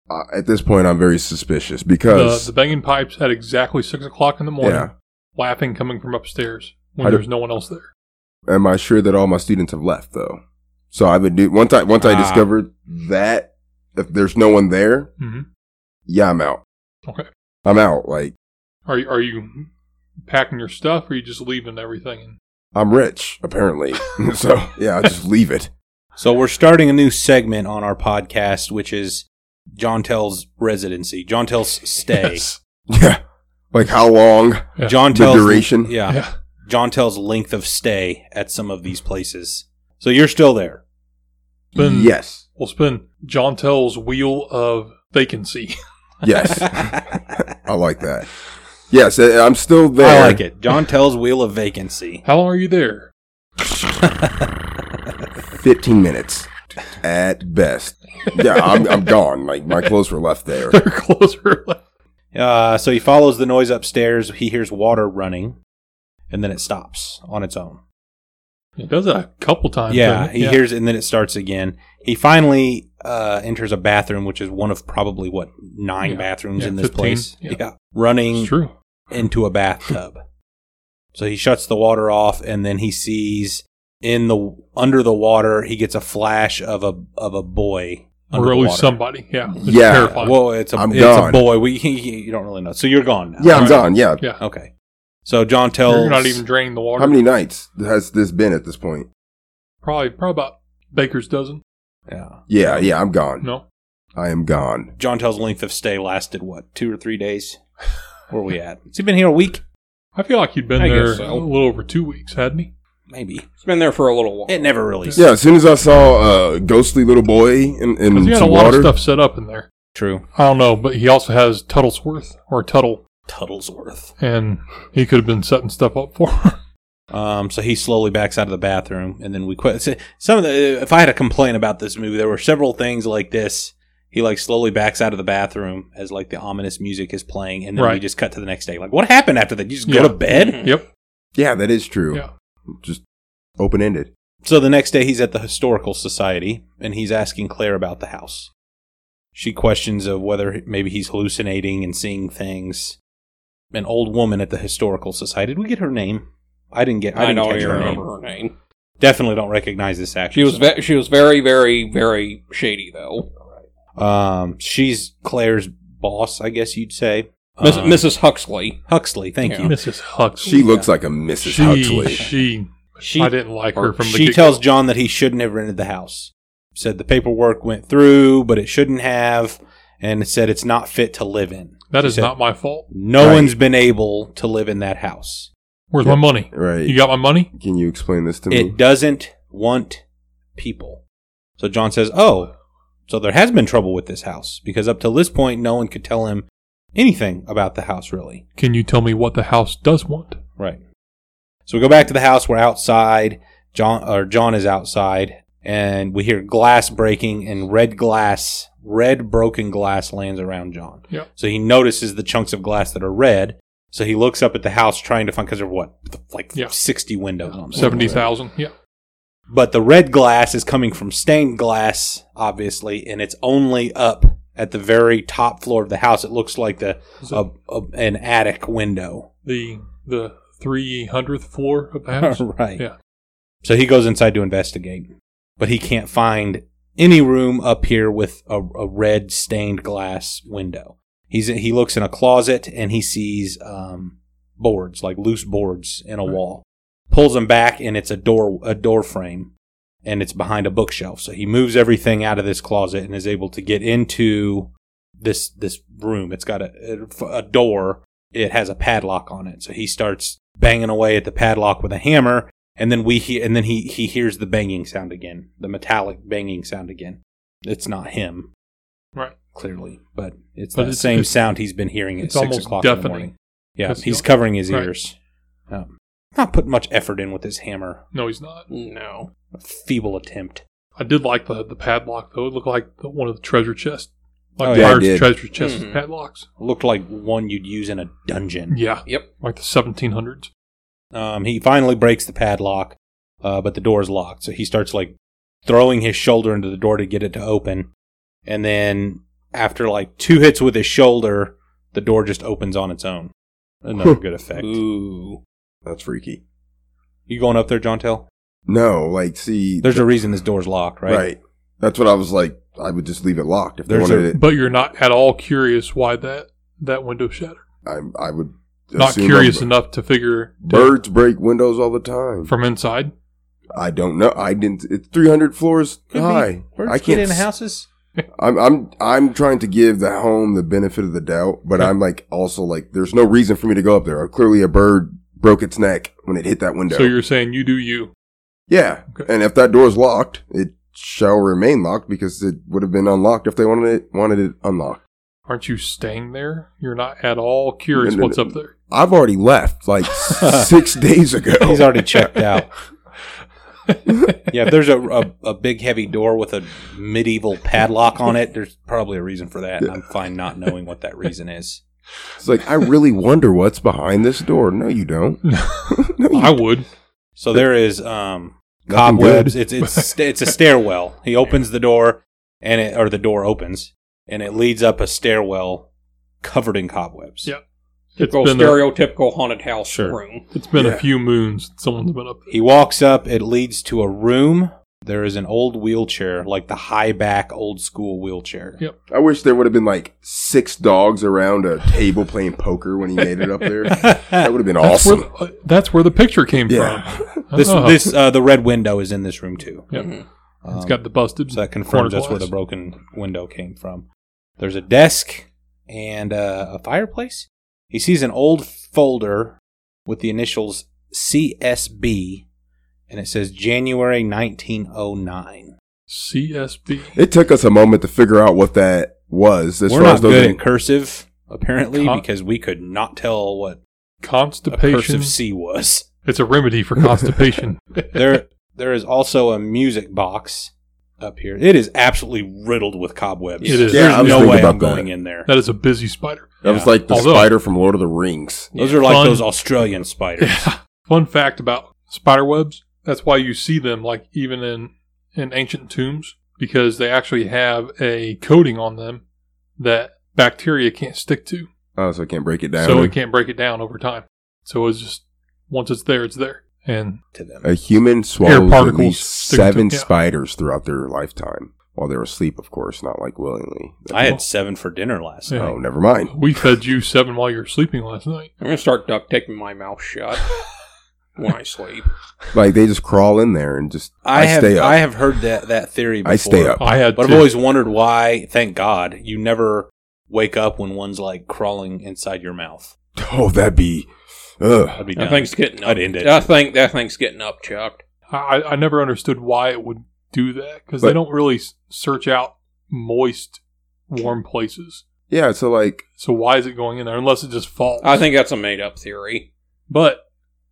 S2: uh, at this point, I'm very suspicious
S4: The,
S2: because
S4: the banging pipes at exactly six o'clock in the morning,
S2: yeah,
S4: laughing coming from upstairs when
S2: I do-
S4: there's no one else there.
S2: am I sure that all my students have left though? So I've been do- once I once I
S1: Ah.
S2: discovered that if there's no one there,
S4: hmm
S2: yeah, I'm out.
S4: Okay.
S2: I'm out. Like
S4: Are you- are you packing your stuff, or are you just leaving everything? And
S2: I'm rich apparently. so yeah, I just leave it.
S1: So we're starting a new segment on our podcast, which is John Tell's residency, John Tell's stay,
S4: Yes.
S2: Yeah. Like how long?
S4: Yeah.
S1: John
S2: The
S1: Tell's
S2: duration?
S1: Yeah,
S4: yeah.
S1: John Tell's length of stay at some of these places. So you're still there.
S4: Been-
S2: yes.
S4: We'll spin John Tell's wheel of vacancy.
S2: Yes. I like that. Yes, I- I'm still there.
S1: I like it. John Tell's wheel of vacancy.
S4: How long are you there?
S2: 15 minutes at best. Yeah, I'm, I'm gone. Like my clothes were left there.
S4: They're closer.
S1: Uh, so he follows the noise upstairs. He hears water running, and then it stops on its own.
S4: It does that a couple times.
S1: yeah,
S4: doesn't it?
S1: he hears it, and then it starts again. He finally uh, enters a bathroom, which is one of probably what nine
S4: Yeah.
S1: bathrooms
S4: Yeah,
S1: in this
S4: 15.
S1: place.
S4: Yeah.
S1: running
S4: It's true.
S1: into a bathtub. so he shuts the water off, and then he sees in the under the water he gets a flash of a of a boy.
S4: Or at
S1: underwater.
S4: least somebody. Yeah. It's
S2: Yeah.
S4: terrifying.
S1: Well, it's a
S2: I'm
S1: it's
S2: gone.
S1: a boy. We you don't really know. So you're gone now.
S2: Yeah, I'm gone. Yeah.
S4: Yeah.
S1: Okay. So John tells
S4: You're not even draining the water.
S2: How many nights has this been at this point?
S4: Probably, probably about Baker's dozen.
S1: Yeah.
S2: Yeah, yeah, I'm gone.
S4: No.
S2: I am gone.
S1: John Tell's length of stay lasted what two or three days. Where we at? Has he been here a week?
S4: I feel like he'd been
S3: I
S4: there
S3: guess so.
S4: a little over two weeks, hadn't he?
S1: Maybe
S3: It's been there for a little while.
S1: it never really.
S2: Yeah, as soon as I saw a ghostly little boy in,
S4: Because
S2: in some
S4: he had a lot
S2: water,
S4: of stuff set up in there.
S1: True.
S4: I don't know, but he also has Tuttlesworth or Tuttle,
S1: Tuttlesworth.
S4: and he could have been setting stuff up for her.
S1: Um, so he slowly backs out of the bathroom, and then we quit. so- Some of the, if I had a complaint about this movie, there were several things like this. He like slowly backs out of the bathroom as like the ominous music is playing, and then we
S4: Right.
S1: just cut to the next day. Like, what happened after that? You just
S4: Yeah.
S1: go to bed.
S4: Yep.
S2: yeah, that is true.
S4: Yeah.
S2: Just open ended.
S1: So the next day, he's at the historical society, and he's asking Claire about the house. She questions of whether maybe he's hallucinating and seeing things. An old woman at the historical society. Did we get her name? I didn't get. I,
S3: I
S1: didn't
S3: don't
S1: catch
S3: even
S1: her
S3: remember
S1: name.
S3: her name.
S1: Definitely don't recognize this actress.
S3: She was ve- she was very very very shady though.
S1: Um, she's Claire's boss, I guess you'd say.
S3: Miss,
S1: Um,
S3: Mrs. Huxley.
S1: Huxley, thank
S3: Yeah.
S1: you.
S4: Mrs. Huxley.
S2: She looks like a Mrs.
S4: She,
S2: Huxley.
S4: she,
S1: She
S4: I didn't like her from the
S1: she
S4: get-go.
S1: tells John that he shouldn't have rented the house. Said the paperwork went through, but it shouldn't have, and it said it's not fit to live in.
S4: That
S1: She
S4: is
S1: said,
S4: not my fault.
S1: No
S2: Right.
S1: one's been able to live in that house.
S4: Where's
S2: Yeah.
S4: my money?
S2: Right.
S4: You got my money?
S2: Can you explain this to
S3: Mm-hmm.
S2: me?
S1: It doesn't want people. So John says, "Oh, so there has been trouble with this house because up till this point, no one could tell him anything about the house, really."
S4: Can you tell me what the house does want?
S1: Right. So we go back to the house. We're outside. John or John is outside, and we hear glass breaking and red glass, red broken glass lands around John.
S4: Yep.
S1: So he notices the chunks of glass that are red. So he looks up at the house trying to find because there are what like
S4: Yeah.
S1: sixty windows on there.
S4: Seventy thousand. Yeah.
S1: But the red glass is coming from stained glass, obviously, and it's only up at the very top floor of the house. It looks like the
S4: Is it
S1: a, a, an attic window.
S4: the the three hundredth floor of the house.
S1: right.
S4: Yeah.
S1: So he goes inside to investigate, but he can't find any room up here with a, a red stained glass window. He's he looks in a closet and he sees um, boards like loose boards in a
S4: Right.
S1: wall. Pulls them back and it's a door a door frame, and it's behind a bookshelf. So he moves everything out of this closet and is able to get into this this room. It's got a a door. It has a padlock on it. So he starts banging away at the padlock with a hammer and then we he- and then he he hears the banging sound again, the metallic banging sound again. It's not him,
S4: Right.
S1: Clearly, but it's
S4: But
S1: the
S4: it's-
S1: same
S4: it's-
S1: sound he's been hearing at
S4: it's
S1: six
S4: almost
S1: o'clock in the
S4: deafening.
S1: morning. Yeah,
S4: 'Cause
S1: he's
S4: he'll-
S1: covering his
S4: right.
S1: ears. Um, not putting much effort in with his hammer.
S4: No, he's not.
S3: No.
S1: A feeble attempt.
S4: I did like the the padlock though. It looked like the, one of the treasure chests, like
S1: Oh,
S4: the
S1: yeah, it
S4: Pirates'
S2: did.
S4: treasure chest
S1: Hmm.
S3: Mhm.
S4: padlocks.
S1: Looked like one you'd use in a dungeon.
S4: Yeah.
S3: Yep.
S4: Like the seventeen hundreds.
S1: Um, he finally breaks the padlock, uh, but the door is locked. So he starts like throwing his shoulder into the door to get it to open, and then after like two hits with his shoulder, the door just opens on its own. Another good effect.
S3: Ooh.
S2: That's freaky.
S1: You going up there, John Tell?
S2: No, like see,
S1: There's a reason this door's locked, right?
S2: right. That's what I was like. I would just leave it locked if they
S1: There's
S2: wanted
S1: a-
S2: it.
S4: But you're not at all curious why that that window shattered.
S2: I, I would
S4: Not
S2: assume
S4: curious
S2: I'm-
S4: enough to figure to-
S2: Birds break windows all the time.
S4: from inside.
S2: I don't know. I didn't. It's 300 floors
S1: Could be.
S2: high.
S1: Birds
S2: I
S1: get
S2: can't.
S1: in
S2: s-
S1: houses.
S2: I'm I'm I'm trying to give the home the benefit of the doubt, but I'm like also like there's no reason for me to go up there. Clearly, a bird broke its neck when it hit that window.
S4: So you're saying you do you.
S2: yeah,
S4: Okay.
S2: and if that door's locked, it shall remain locked because it would have been unlocked if they wanted it wanted it unlocked.
S4: Aren't you staying there? You're not at all curious
S2: No, no,
S4: what's
S2: no.
S4: up there.
S2: I've already left like six days ago.
S1: He's already checked out. yeah, if there's a, a a big heavy door with a medieval padlock on it, there's probably a reason for that. and I'm fine not knowing what that reason is.
S2: It's like I really wonder what's behind this door. No, you don't. no, you
S4: I would.
S1: So there is um,
S2: Nothing
S1: cobwebs. It's it's sta- it's a stairwell. He opens the door, and it or the door opens, and it leads up a stairwell covered in cobwebs.
S4: Yep. It's
S3: Typical
S4: been, a,
S3: stereotypical haunted house
S1: Sure.
S3: room.
S4: it's been
S2: Yeah.
S4: a few moons. that Someone's been up there.
S1: He walks up. It leads to a room. There is an old wheelchair, like the high back old school wheelchair.
S4: Yep.
S2: I wish there would have been like six dogs around a table playing poker when he made it up there. That would have been
S4: That's
S2: awesome.
S4: Where the, uh, that's where the picture came
S2: Yeah.
S4: from.
S1: This
S4: Oh.
S1: this uh, the red window is in this room too.
S4: Yep.
S3: Mhm.
S1: Um,
S4: It's got the busted.
S1: so that confirms
S4: corner
S1: that's where the
S4: glass.
S1: broken window came from. There's a desk and uh, a fireplace. He sees an old folder with the initials CSB, and it says January 1909.
S4: CSB.
S2: It took us a moment to figure out what that was. As
S1: We're
S2: far
S1: not
S2: as those
S1: good
S2: in-
S1: at cursive, apparently,
S4: Con-
S1: because we could not tell what a
S4: Constipation.
S1: cursive C was.
S4: It's a remedy for constipation.
S1: there there is also a music box up here. It is absolutely riddled with cobwebs.
S4: It is.
S1: There's
S2: Yeah, I was
S1: no
S2: thinking
S1: way
S2: about
S1: I'm going
S2: that.
S1: in there.
S4: that is a busy spider.
S2: that was like the
S4: Although-
S2: spider from Lord of the Rings.
S1: Those are like
S4: Fun-
S1: those Australian spiders.
S4: Yeah. Fun fact about spider webs. That's why you see them, like even in in ancient tombs, because they actually have a coating on them that bacteria can't stick to,
S2: Oh, so I can't break it down.
S4: so it can't break it down over time. So it's just once it's there, it's there. And
S1: to them.
S2: A human swallows at
S4: particles
S2: least
S4: stick to-
S2: seven
S4: yeah.
S2: spiders throughout their lifetime while they're asleep, of course, not like willingly.
S1: I had seven for dinner last
S4: Yeah.
S1: night.
S2: Oh, never mind.
S4: we fed you seven while you were sleeping last night.
S3: I'm gonna start duct taping my mouth shut when I sleep.
S2: Like they just crawl in there and just.
S1: I,
S2: I,
S1: have
S2: stay up.
S1: I have heard that that theory. Before,
S2: I stay up.
S4: I had.
S1: but
S4: two.
S1: I've always wondered why. Thank God you never wake up when one's like crawling inside your mouth.
S2: oh, that'd be. Ugh.
S1: I'd be
S3: That
S1: done.
S3: thing's getting up.
S1: I'd end it.
S3: I think that thing's getting up, Chuck.
S4: I, I never understood why it would do that because
S2: But-
S4: they don't really s- search out moist, warm places.
S2: Yeah, so like
S4: So why is it going in there unless it just falls?
S3: I think that's a made up theory.
S4: but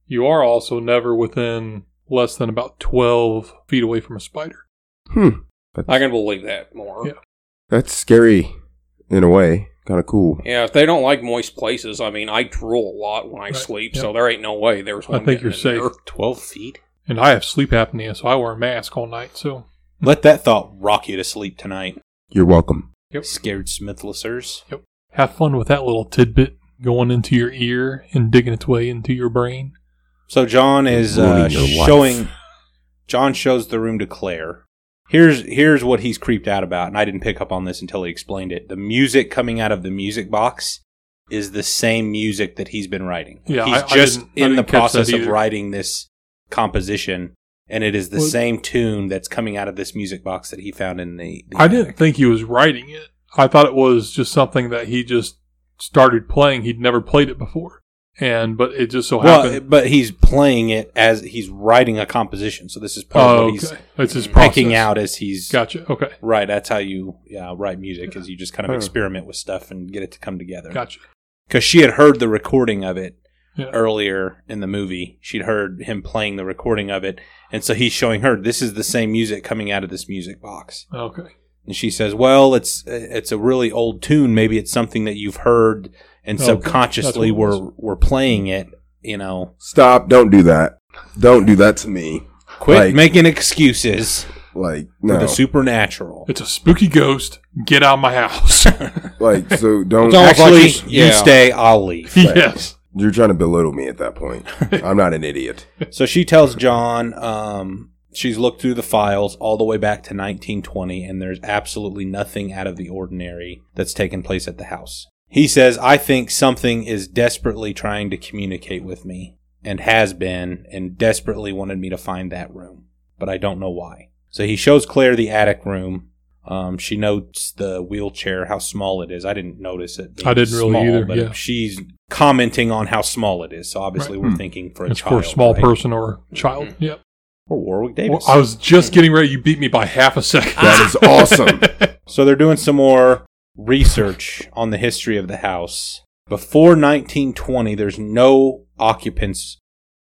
S4: you are also never within less than about twelve feet away from a spider.
S3: I can believe that more.
S4: Yeah.
S3: Yeah,
S2: that's scary in a way. Kind of cool.
S3: if they don't like moist places, I mean, I drool a lot when I
S4: Right.
S3: sleep,
S4: Yep.
S3: so there ain't no way there's one.
S4: I think
S3: getting
S4: you're
S3: in
S4: safe.
S3: there.
S1: Twelve feet.
S4: And I have sleep apnea, so I wear a mask all night. So
S2: Hmm.
S1: Let that thought rock you to sleep tonight.
S2: You're welcome.
S4: Yep.
S1: Scared Smithlessers.
S4: have fun with that little tidbit going into your ear and digging its way into your brain.
S1: So John is uh,
S2: Ruining your life.
S1: showing. John shows the room to Claire. Here's here's what he's creeped out about, and I didn't pick up on this until he explained it. The music coming out of the music box is the same music that he's been writing.
S4: Yeah,
S1: he's
S4: I- I
S1: just
S4: didn't- I
S1: in the
S4: didn't catch that
S1: process of
S4: either.
S1: writing this composition, and it is the
S4: Well-
S1: same tune that's coming out of this music box that he found in the. the
S4: I didn't think he was writing it. I thought it was just something that he just started playing. He'd never played it before, and but it just so
S1: Well,
S4: happened.
S1: but he's playing it as he's writing a composition, so this is part of
S4: Oh,
S1: what
S4: okay.
S1: he's
S4: It's his process.
S1: picking out as he's
S4: Gotcha. Okay,
S1: Right, that's how you yeah, write music is you just kind of
S2: Huh.
S1: experiment with stuff and get it to come together. Because
S4: gotcha.
S1: she had heard the recording of it
S4: Yeah.
S1: earlier in the movie. She'd heard him playing the recording of it, and so he's showing her this is the same music coming out of this music box.
S4: Okay.
S1: And she says, "Well, it's it's a really old tune. Maybe it's something that you've heard and
S4: Okay,
S1: subconsciously
S4: Oh, that's what it
S1: we're we're playing it." You know,
S2: Stop! Don't do that. Don't do that to me.
S1: quit
S2: Like-
S1: making excuses.
S2: Like no,
S1: The supernatural.
S4: It's a spooky ghost. Get out of my house.
S2: like so don't.
S1: It's almost
S3: Actually,
S1: like you- you
S3: yeah.
S1: stay, I'll leave.
S4: yes.
S2: You're trying to belittle me at that point. I'm not an idiot.
S1: So she tells John um, she's looked through the files all the way back to 1920, and there's absolutely nothing out of the ordinary that's taken place at the house. He says, I think something is desperately trying to communicate with me, and has been, and desperately wanted me to find that room, but I don't know why. So he shows Claire the attic room. Um, she notes the wheelchair, how small it is. I didn't notice it. being
S4: I didn't really either,
S1: But
S4: yeah.
S1: she's commenting on how small it is. So obviously,
S4: Right.
S1: we're
S4: Hmm.
S1: thinking for a
S4: It's
S1: child.
S4: for a small
S1: right? Mm-hmm.
S4: person or child. Yep.
S1: or Warwick
S4: Well,
S1: Davis.
S4: I was just getting ready. You beat me by half a second.
S2: That is awesome.
S1: so they're doing some more research on the history of the house. Before 1920, there's no occupants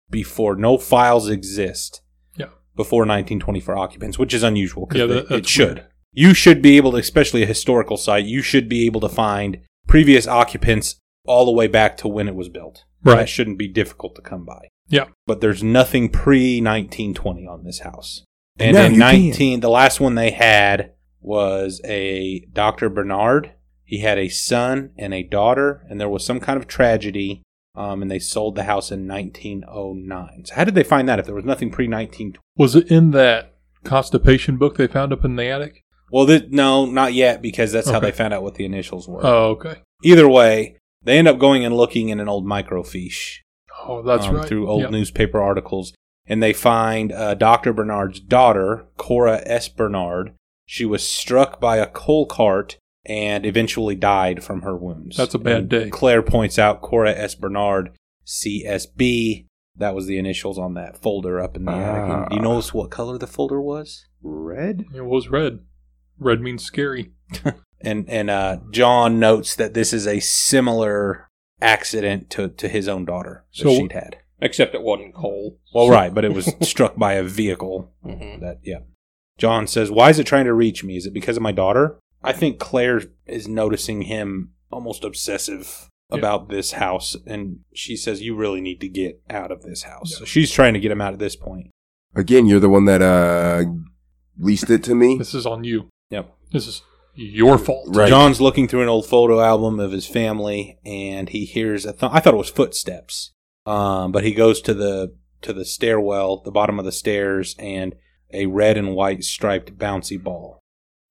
S1: before, no files exist
S4: Yeah.
S1: before 1920 for occupants, which is unusual
S4: Yeah,
S1: because
S4: that-
S1: it
S4: that's
S1: should.
S4: weird.
S1: You should be able to, especially a historical site, you should be able to find previous occupants all the way back to when it was built. That
S4: Right.
S1: shouldn't be difficult to come by.
S4: Yeah.
S1: But there's nothing pre 1920 on this house. And
S2: No,
S1: in
S2: you can't.
S1: 19, the last one they had was a Dr. Bernard. He had a son and a daughter, and there was some kind of tragedy, um, and they sold the house in 1909. So, how did they find that if there was nothing pre 1920?
S4: Was it in that constipation book they found up in the attic?
S1: Well, th- no, not yet, because that's how
S4: Okay.
S1: they found out what the initials were.
S4: Oh, okay.
S1: Either way, they end up going and looking in an old microfiche.
S4: Oh, that's
S1: um,
S4: right.
S1: through old
S4: Yep.
S1: newspaper articles, and they find uh, Dr. Bernard's daughter, Cora S. Bernard. She was struck by a coal cart and eventually died from her wounds.
S4: That's a bad
S1: And
S4: day.
S1: Claire points out Cora S. Bernard, CSB. That was the initials on that folder up in the attic. And Do you
S2: Ah.
S1: notice what color the folder was?
S2: Red.
S4: It was red. Red means scary.
S1: And and uh, John notes that this is a similar accident to, to his own daughter that
S4: So-
S1: she'd had.
S3: Except it wasn't coal.
S1: Well, right, but it was struck by a vehicle.
S3: Mhm.
S1: That yeah. John says, "Why is it trying to reach me? Is it because of my daughter?" I think Claire is noticing him almost obsessive
S4: Yeah.
S1: about this house, and she says, "You really need to get out of this house." So she's trying to get him out at this point.
S2: Again, you're the one that uh leased it to me.
S4: This is on you.
S1: Yep.
S4: This is your fault.
S2: Right.
S1: John's looking through an old photo album of his family, and he hears a. Th- I thought it was footsteps, um, but he goes to the to the stairwell, the bottom of the stairs, and a red and white striped bouncy ball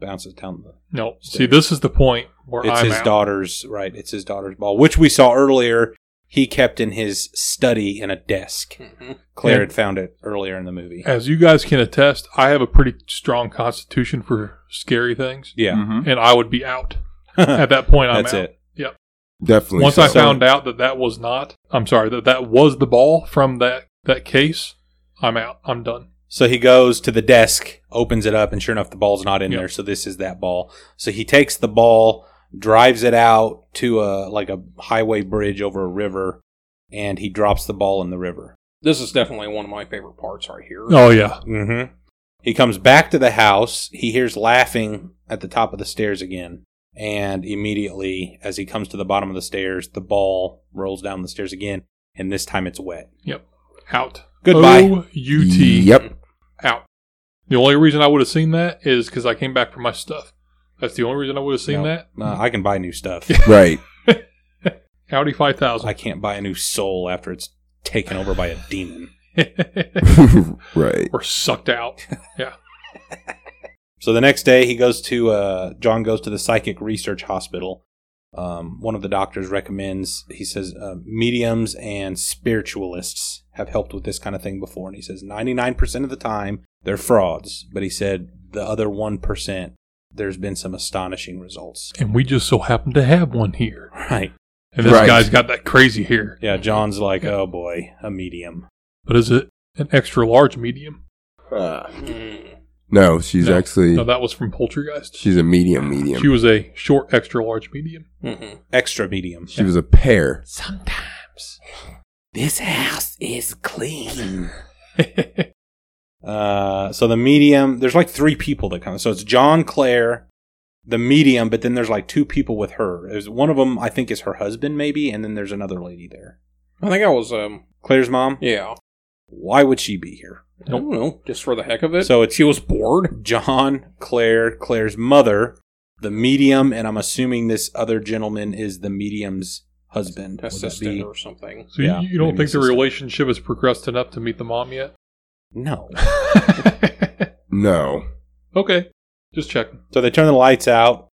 S1: bounces down the
S4: No. See, this is the point where
S1: it's
S4: I'm
S1: his
S4: out.
S1: daughter's right it's his daughter's ball which we saw earlier he kept in his study in a desk
S3: Mhm.
S1: claire
S4: Yeah.
S1: had found it earlier in the movie
S4: As you guys can attest, I have a pretty strong constitution for scary things,
S1: yeah
S4: and I would be out at that point. Mm. I'm
S1: that's
S4: out.
S1: it
S2: Definitely.
S4: Once
S2: so.
S4: I found out that that was not, I'm sorry, that that was the ball from that that case, I'm out. I'm done.
S1: so he goes to the desk opens it up and sure enough the ball's not in
S4: Yeah.
S1: there so this is that ball so he takes the ball drives it out to a like a highway bridge over a river and he drops the ball in the river
S3: This is definitely one of my favorite parts right here.
S4: Oh yeah,
S1: Mm-hmm. He comes back to the house. He hears laughing at the top of the stairs again. And immediately, as he comes to the bottom of the stairs, the ball rolls down the stairs again. And this time it's wet.
S4: out.
S1: Goodbye.
S4: O U T.
S2: Yep.
S4: out. The only reason I would have seen that is because I came back for my stuff. That's the only reason I would have seen
S1: No.
S4: that.
S1: Uh, I can buy new stuff.
S2: Right.
S4: Audi 5000.
S1: I can't buy a new soul after it's taken over by a demon.
S2: right.
S4: or sucked out.
S1: So the next day, he goes to uh, John goes to the psychic research hospital. Um, one of the doctors recommends. He says uh, mediums and spiritualists have helped with this kind of thing before, and he says ninety nine percent of the time they're frauds. But he said the other one percent, there's been some astonishing results.
S4: And we just so happen to have one here.
S1: Right?
S4: And this
S2: Right.
S4: guy's got that crazy hair.
S1: Yeah. John's like, oh boy, a medium.
S4: But is it an extra large medium?
S3: Mm.
S2: No, she's
S4: No.
S2: actually
S4: No, that was from Poltergeist.
S2: she's a medium medium.
S4: She was a short, extra large medium.
S3: Mhm.
S1: Extra medium.
S2: She was a pear.
S1: Sometimes this house is clean. uh, so the medium, there's like three people that come. So it's John Clare, the medium, but then there's like two people with her. There's one of them, I think, is her husband, maybe, and then there's another lady there.
S3: I think I was um
S1: Claire's mom.
S3: yeah.
S1: Why would she be here?
S3: I don't know, just for the heck of it.
S1: So it's-
S3: she was bored.
S1: John, Claire, Claire's mother, the medium, and I'm assuming this other gentleman is the medium's husband. Would that
S3: Assistant
S1: be-
S3: or something.
S4: So you-
S1: Yeah,
S4: you, don't
S1: maybe
S4: think
S1: it's
S4: the
S1: just-
S4: relationship has progressed enough to meet the mom yet?
S1: No.
S2: No.
S4: okay, just checking.
S1: So they turn the lights out.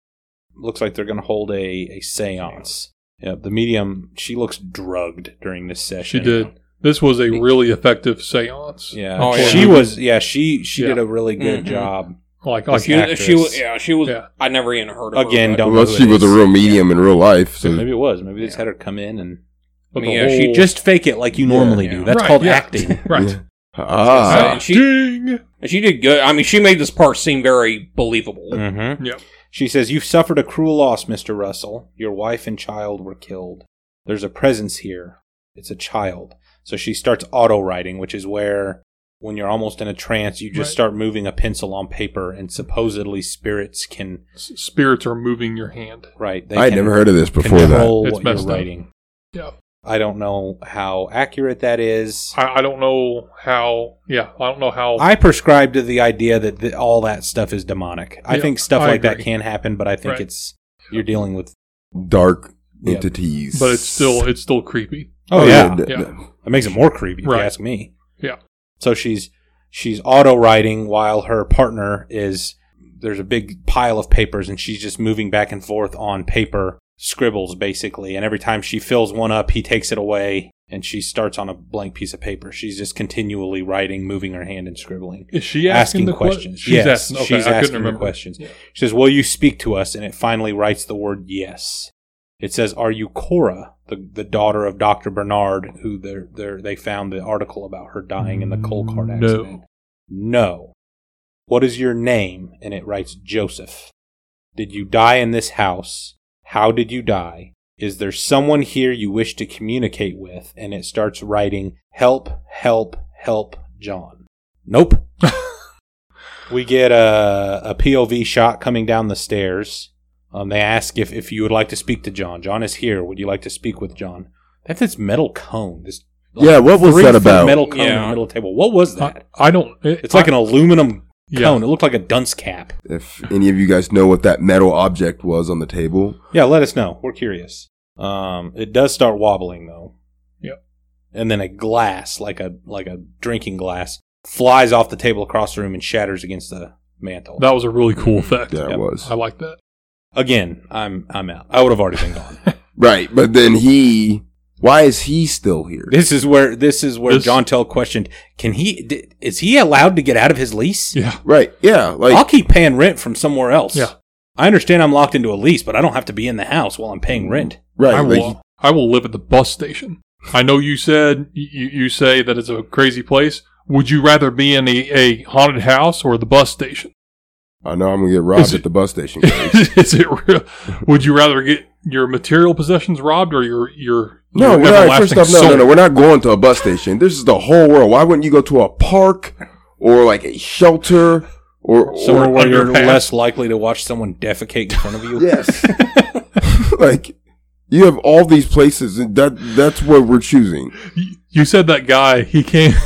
S1: Looks like they're going to hold a, a seance. Yeah, the medium, she looks drugged during this
S4: She
S1: session.
S4: did. This was a really effective séance.
S1: Yeah.
S3: Oh, yeah.
S1: She was, yeah, she she
S4: Yeah.
S1: did a really good
S3: Mhm.
S1: job.
S4: Like, like
S3: she,
S1: actress.
S3: she was, yeah, she was.
S4: Yeah.
S3: I never even heard of
S1: Again,
S3: her. but-
S1: don't- know
S2: Unless
S1: who
S2: she
S1: it
S2: was a
S1: is.
S2: real medium in real life. So
S1: Maybe it was. Maybe they just
S3: Yeah.
S1: had her come in and
S4: but the
S3: Yeah, she
S4: whole-
S1: just fake it like you
S2: Yeah,
S1: normally
S3: yeah.
S1: do. That's
S4: Right,
S1: called
S4: yeah.
S1: acting.
S4: right. Uh,
S2: Yeah. Ah.
S3: And she,
S4: Ding.
S3: and she did good. I mean, she made this part seem very believable.
S1: Mm-hmm.
S4: Yep.
S1: She says, You've suffered a cruel loss, Mr. Russell. Your wife and child were killed. There's a presence here. It's a child. So she starts auto writing, which is where, when you're almost in a trance, you just
S4: Right.
S1: start moving a pencil on paper, and supposedly spirits can,
S4: S- Spirits are moving your hand.
S1: right? They
S2: I had
S1: can
S2: never heard of this before that.
S1: control
S4: It's
S1: what you're
S4: messed up.
S1: writing.
S4: Yeah.
S1: I don't know how accurate that is.
S4: I, I don't know how. Yeah, I don't know how.
S1: I prescribe to the idea that th- all that stuff is demonic. I
S4: Yeah,
S1: think stuff
S4: I
S1: like that
S4: agree.
S1: can happen, but I think
S4: Right.
S1: it's you're dealing with.
S2: Dark
S1: Yeah.
S2: entities.
S4: but it's still it's still creepy.
S1: Oh, yeah.
S2: d-
S4: yeah.
S2: d-
S1: It makes it more creepy, if
S4: Right.
S1: you ask me.
S4: Yeah.
S1: So she's she's auto writing while her partner is there's a big pile of papers and she's just moving back and forth on paper scribbles basically and every time she fills one up he takes it away and she starts on a blank piece of paper she's just continually writing moving her hand and scribbling
S4: Is she asking,
S1: asking,
S4: the que-
S1: questions
S4: She's
S1: yes
S4: asking. Okay,
S1: she's
S4: I couldn't
S1: asking her
S4: remember
S1: questions
S4: Yeah.
S1: she says will you speak to us and it finally writes the word yes it says are you cora the, the daughter of dr bernard who they're, they're, they found the article about her dying in the coal cart
S4: No.
S1: accident no what is your name and it writes joseph did you die in this house how did you die is there someone here you wish to communicate with and it starts writing help help help john nope we get a, a POV shot coming down the stairs. Um, they ask if, if you would like to speak to John. John is here. Would you like to speak with John? That's this metal cone. This like,
S2: Yeah, what was
S1: three-foot
S2: that about?
S1: Metal cone in the
S3: Yeah.
S1: middle of the table. What was that?
S4: I, I don't. It,
S1: It's like an aluminum
S4: yeah.
S1: cone. It looked like a dunce cap.
S2: If any of you guys know what that metal object was on the table,
S1: Yeah, let us know. We're curious. Um, it does start wobbling though.
S4: Yep.
S1: And then a glass, like a like a drinking glass, flies off the table across the room and shatters against the mantle.
S4: That was a really cool effect.
S2: that
S1: Yep.
S2: was
S4: I like that.
S1: Again, I'm I'm out. I would have already been gone.
S2: right. But then he, why is he still here?
S1: This is where this is where
S4: This-
S1: John Tell questioned: Can he? di- Is he allowed to get out of his lease?
S4: Yeah.
S2: Right? Yeah,
S1: I'll
S2: like
S1: keep paying rent from somewhere else.
S4: Yeah.
S1: I understand I'm locked into a lease, but I don't have to be in the house while I'm paying rent.
S2: right.
S4: I
S2: like,
S4: will. I will live at the bus station. I know you said you, you say that it's a crazy place. Would you rather be in a, a haunted house or the bus station?
S2: I know I'm gonna get robbed
S4: Is
S2: at the bus station.
S4: Is it real? Would you rather get your material possessions robbed or your your
S2: No,
S4: your
S2: we're not, first
S4: everlasting
S2: off, no, no,
S4: soul?
S2: no, we're not going to a bus station. This is the whole world. Why wouldn't you go to a park or like a shelter or,
S1: Somewhere
S2: or
S1: where you're
S4: underpass.
S1: less likely to watch someone defecate in front of you.
S2: yes, like you have all these places, and that that's what we're choosing.
S4: You- You said that guy. He came.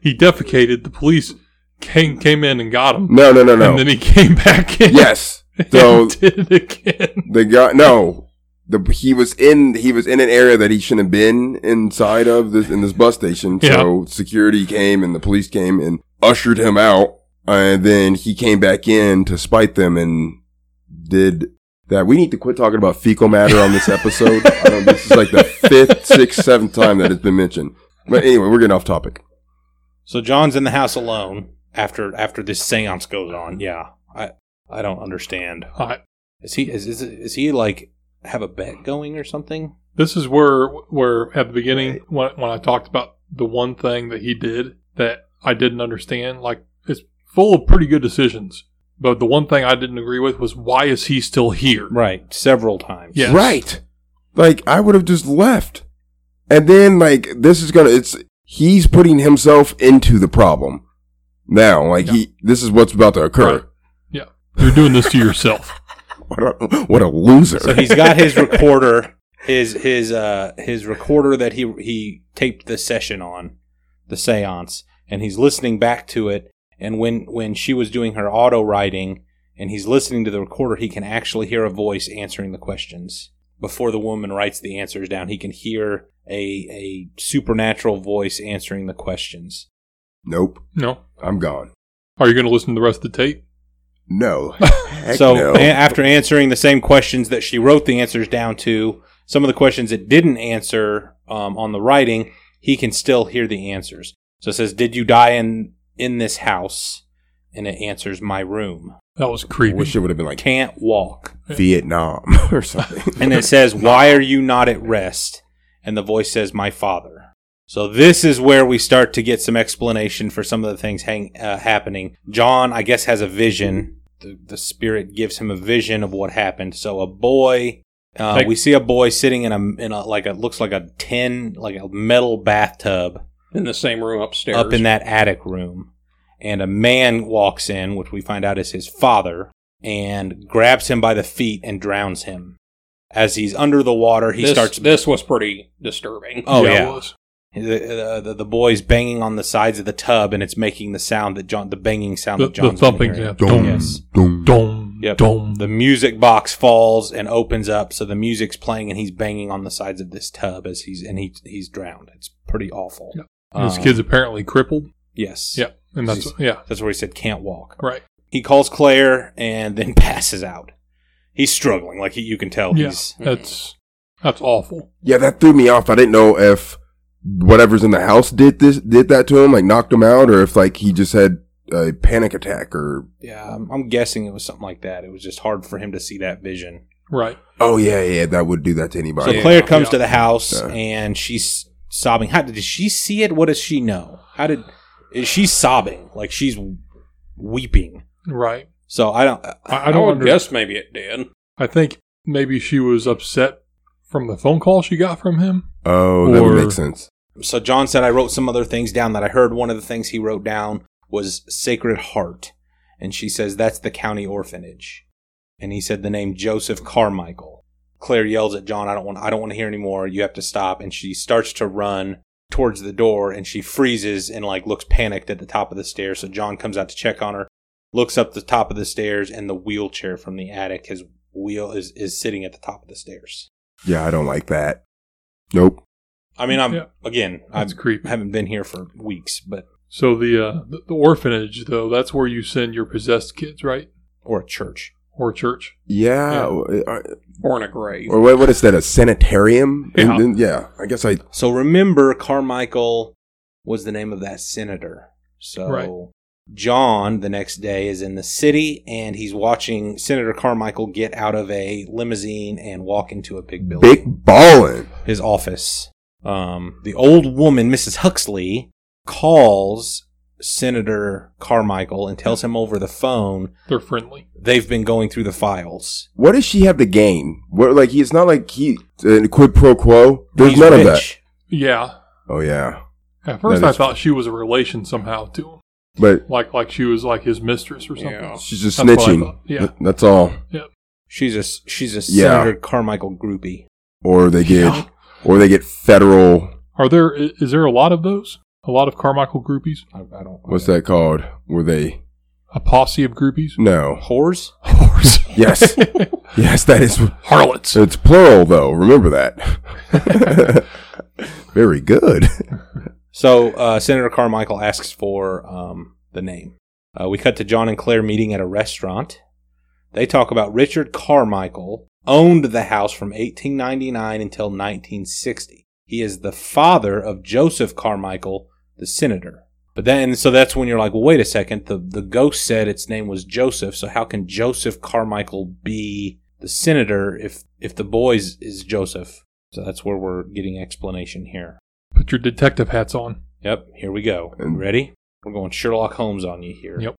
S4: He defecated. The police came came in and got him.
S2: No, no, no, no.
S4: And then he came back in.
S2: yes,
S4: and
S2: so-
S4: did it again.
S2: the guy. No, the he was in he was in an area that he shouldn't have been inside of this in this bus station. So security came and the police came and ushered him out, and then he came back in to spite them and did. That we need to quit talking about fecal matter on this episode. I don't, this is like the fifth, sixth, seventh time that it's been mentioned. But anyway, we're getting off topic.
S1: So John's in the house alone after after this séance goes on. Yeah. I I don't understand.
S4: I-
S1: Is he is is, is he like have a bet going or something?
S4: This is where where at the beginning when when I talked about the one thing that he did that I didn't understand. Like it's full of pretty good decisions, but the one thing I didn't agree with was why is he still here?
S1: Right. Several times.
S4: Yes.
S2: Right. Like I would have just left. And then like this is gonna it's he's putting himself into the problem. Now, like he this is what's about to occur.
S4: You're doing this to yourself.
S2: What a what a loser.
S1: So he's got his recorder, his his uh his recorder that he he taped the session on, the séance. and he's listening back to it. And when when she was doing her auto writing, and he's listening to the recorder, he can actually hear a voice answering the questions before the woman writes the answers down. He can hear a a supernatural voice answering the questions.
S2: Nope.
S4: No.
S2: I'm gone.
S4: Are you going to listen to the rest of the tape?
S2: No. Heck
S1: so
S2: no.
S1: a- after answering the same questions that she wrote the answers down to, some of the questions it didn't answer um, on the writing, he can still hear the answers. So it says, "Did you die in in this house?" And it answers, "My room."
S4: That was
S2: I
S4: creepy.
S2: wish it would have been like
S1: Can't walk.
S2: Vietnam or something.
S1: And it says, "Why are you not at rest?" And the voice says, "My father." So this is where we start to get some explanation for some of the things hang, uh, happening. John, I guess, has a vision. The, the spirit gives him a vision of what happened. So a boy, uh,
S4: Like-
S1: we see a boy sitting in a in a like a looks like a tin like a metal bathtub
S3: In the same room upstairs.
S1: up in that attic room, and a man walks in, which we find out is his father, and grabs him by the feet and drowns him. As he's under the water, he
S3: this,
S1: starts.
S3: This was pretty disturbing.
S1: oh
S4: it
S1: yeah,
S4: was.
S1: The, the, the boy's banging on the sides of the tub, and it's making the sound that John, the banging sound
S4: The,
S1: that John's
S4: the thumping,
S1: been
S4: yeah.
S1: hearing.
S4: Dom,
S1: Yes.
S2: Dum,
S4: dom,
S1: Yep.
S4: dom.
S1: The music box falls and opens up, so the music's playing, and he's banging on the sides of this tub as he's and he he's drowned. It's pretty awful.
S4: Yep. And his
S1: Um,
S4: kid's apparently crippled.
S1: Yes.
S4: Yep. And that's,
S1: Jeez.
S4: yeah,
S1: That's where he said can't walk.
S4: right.
S1: He calls Claire and then passes out. He's struggling, like he, you can tell.
S4: Yeah.
S1: He's
S4: That's, that's awful.
S2: Yeah, that threw me off. I didn't know if whatever's in the house did this did that to him, like knocked him out, or if like he just had a panic attack or
S1: yeah, I'm, I'm guessing it was something like that. It was just hard for him to see that vision.
S4: Right.
S2: oh yeah, yeah, that would do that to anybody.
S1: So Claire comes
S4: Yeah.
S1: to the house
S2: Yeah.
S1: and she's sobbing. How did she see it? What does she know? How did is she sobbing? Like she's weeping.
S4: Right.
S1: So I don't.
S4: I,
S3: I,
S4: I don't
S3: would
S4: under-
S3: guess maybe it did.
S4: I think maybe she was upset from the phone call she got from him.
S2: oh, that
S4: Or-
S2: would make sense.
S1: So John said I wrote some other things down that I heard. One of the things he wrote down was Sacred Heart, and she says that's the county orphanage. And he said the name Joseph Carmichael. Claire yells at John, "I don't want, I don't want to hear anymore. You have to stop." And she starts to run towards the door, and she freezes and like looks panicked at the top of the stairs. So John comes out to check on her, looks up the top of the stairs, and the wheelchair from the attic, his wheel is is sitting at the top of the stairs.
S2: Yeah, I don't like that. Nope.
S1: I mean, I'm
S4: Yeah.
S1: again, I
S4: That's creepy.
S1: haven't been here for weeks, but
S4: So the, uh, the the orphanage though, that's where you send your possessed kids, right?
S1: or a church.
S4: Or church.
S2: Yeah, or, uh,
S3: Or in a grave.
S2: or what, what is that? A sanitarium? And
S4: Yeah.
S2: then- yeah. I guess I.
S1: So remember, Carmichael was the name of that senator. So
S4: Right.
S1: John, the next day, is in the city and he's watching Senator Carmichael get out of a limousine and walk into a big building.
S2: Big ballin'.
S1: His office. Um, the old woman, Mrs. Huxley, calls Senator Carmichael and tells him over the phone
S4: They're friendly.
S1: they've been going through the files.
S2: What does she have to gain? What like he? It's not like he uh, quid pro quo. There's
S1: He's
S2: none of that.
S1: rich.
S4: Yeah.
S2: Oh yeah,
S4: At first
S2: That
S4: I
S2: is-
S4: thought she was a relation somehow to him.
S2: but
S4: Like like she was like his mistress or something.
S3: Yeah.
S2: she's just
S4: That's what I
S2: snitching.
S4: thought. Yeah.
S2: Th- that's all.
S1: She's a she's a
S2: Yeah.
S1: Senator Carmichael groupie.
S2: Or they get, or they get federal.
S4: Are there i- is there a lot of those? A lot of Carmichael groupies?
S1: I, I don't.
S2: What's that called? Were they?
S4: A posse of groupies?
S2: No.
S1: Whores.
S4: Whores.
S2: Yes. yes, that is.
S4: Harlots.
S2: It's plural though. Remember that. Very good.
S1: So uh, Senator Carmichael asks for um, the name. Uh, we cut to John and Claire meeting at a restaurant. They talk about Richard Carmichael owned the house from 1899 until 1960. He is the father of Joseph Carmichael, the senator. But then, so that's when you're like, well, wait a second. The the ghost said its name was Joseph. So how can Joseph Carmichael be the senator if if the boy is- is Joseph? So that's where we're getting explanation here.
S4: Put your detective hats on.
S1: Yep, here we go.
S2: And-
S1: Ready? We're going Sherlock Holmes on you here.
S4: Yep.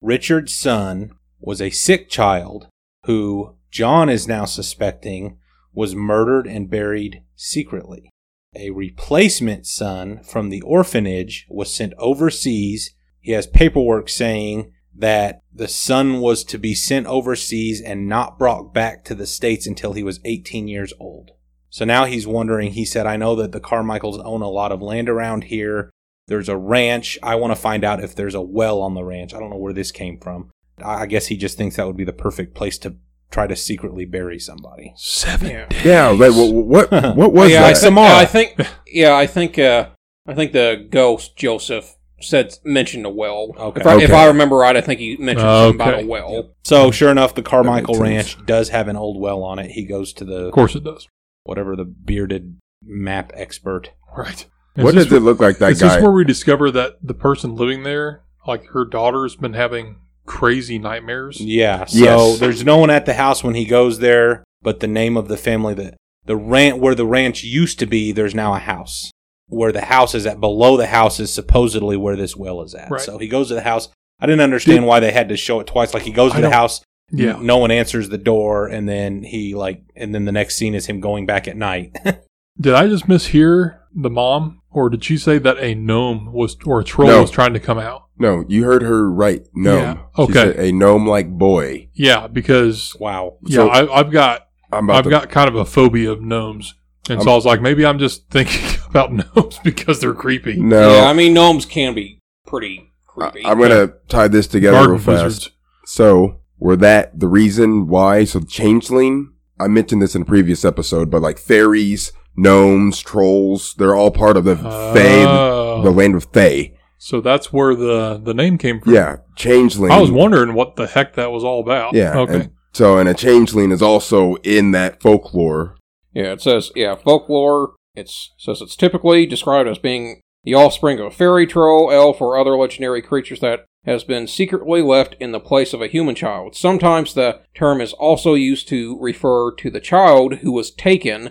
S1: Richard's son was a sick child who John is now suspecting was murdered and buried secretly. A replacement son from the orphanage was sent overseas. He has paperwork saying that the son was to be sent overseas and not brought back to the States until he was 18 years old. So now he's wondering. He said, I know that the Carmichaels own a lot of land around here. There's a ranch. I want to find out if there's a well on the ranch. I don't know where this came from. I I guess he just thinks that would be the perfect place to try to secretly bury somebody.
S4: Seven.
S3: Yeah.
S2: Yeah, like what what, what was
S3: yeah,
S2: that?
S3: I think,
S1: Samara.
S3: yeah, I think. Yeah, I think. Uh, I think the ghost Joseph said mentioned a well.
S1: Okay.
S3: If I, if
S2: Okay.
S3: I remember right, I think he mentioned something about
S4: Okay.
S3: a well.
S1: So sure enough, the Carmichael
S2: That makes
S1: Ranch does have an old well on it. He goes to the
S4: Of course it does.
S1: whatever the bearded map expert.
S4: Right. Is
S2: what
S4: this
S2: does it look like that
S4: Is
S2: guy?
S4: this where we discover that the person living there, like her daughter's been having crazy nightmares?
S1: Yeah. So
S2: Yes.
S1: there's no one at the house when he goes there, but the name of the family that the ranch where the ranch used to be, there's now a house. Where the house is at below the house is supposedly where this well is at.
S4: Right.
S1: So he goes to the house. I didn't understand
S4: Did-
S1: why they had to show it twice. Like he goes to
S4: I
S1: the
S4: don't-
S1: house,
S4: Yeah.
S1: no one answers the door, and then he like and then the next scene is him going back at night.
S4: Did I just mishear the mom, or did she say that a gnome was or a troll
S2: No.
S4: was trying to come out?
S2: no, you heard her right.
S4: Yeah,
S2: Gnome. She
S4: okay.
S2: said a gnome like boy.
S4: Yeah, because
S1: wow.
S4: yeah,
S2: So-
S4: I, I've got
S2: I'm about
S4: I've
S2: to
S4: got kind of a phobia of gnomes, and so
S2: I'm-
S4: I was like, maybe I'm just thinking about gnomes because they're creepy.
S2: No.
S3: Yeah, I mean gnomes can be pretty creepy.
S2: I, am gonna tie this together
S4: Garden
S2: real fast.
S4: wizards.
S2: So, were that the reason why? So, changeling, I mentioned this in a previous episode, but like fairies, gnomes, trolls, they're all part of the Fae,
S4: Oh.
S2: the land of Fae.
S4: so that's where the the name came from.
S2: Yeah, changeling.
S4: I was wondering what the heck that was all about.
S2: Yeah.
S4: Okay.
S2: and so, and a changeling is also in that folklore.
S3: Yeah, it says yeah, folklore. It's says it's typically described as being the offspring of a fairy troll, elf, or other legendary creatures that has been secretly left in the place of a human child. Sometimes the term is also used to refer to the child who was taken.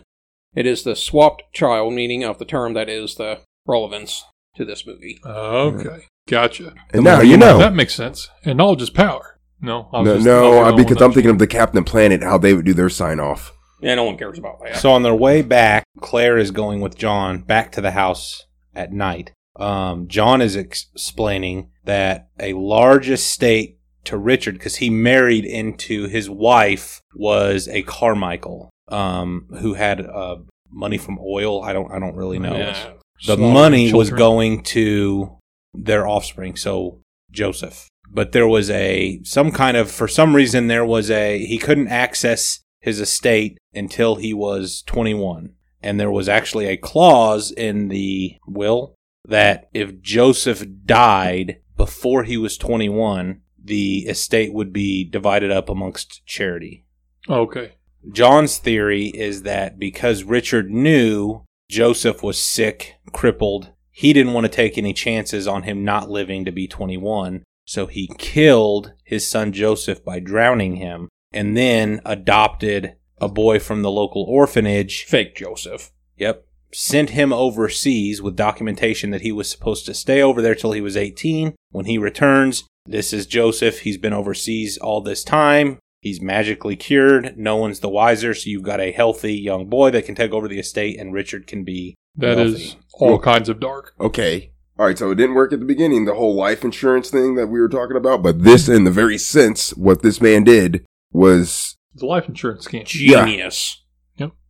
S3: It is the swapped child meaning of the term that is the relevance to this movie.
S4: Okay. Gotcha.
S2: And now you know.
S4: That makes sense. And knowledge is power. No, I was
S2: No,
S4: just-
S2: no
S4: I was
S2: I-
S4: the only
S2: because
S4: one
S2: I'm thinking of the Captain Planet, how they would do their sign off.
S3: Yeah, no one cares about that.
S1: So on their way back, Claire is going with John back to the house at night. Um, John is ex- explaining that a large estate to Richard, because he married into his wife, was a Carmichael, um, who had uh, money from oil. I don't, I don't really know.
S3: Yeah.
S1: The
S4: slaughtering
S1: money was
S4: children.
S1: going to their offspring, so Joseph. But there was a some kind of for some reason there was a he couldn't access his estate until he was 21. And there was actually a clause in the will that if Joseph died before he was 21, the estate would be divided up amongst charity.
S4: Okay.
S1: John's theory is that because Richard knew Joseph was sick, crippled, he didn't want to take any chances on him not living to be 21. So he killed his son Joseph by drowning him and then adopted a boy from the local orphanage.
S3: Fake Joseph.
S1: Yep. Sent him overseas with documentation that he was supposed to stay over there till he was 18. When he returns, this is Joseph. He's been overseas all this time. He's magically cured. No one's the wiser. So you've got a healthy young boy that can take over the estate, and Richard can be.
S4: that is
S1: wealthy.
S4: all
S2: Well-
S4: kinds of dark.
S2: Okay. All right, so it didn't work at the beginning, the whole life insurance thing that we were talking about, but this, in the very sense, what this man did was
S4: It's a life insurance scam.
S2: Yeah.
S3: Genius.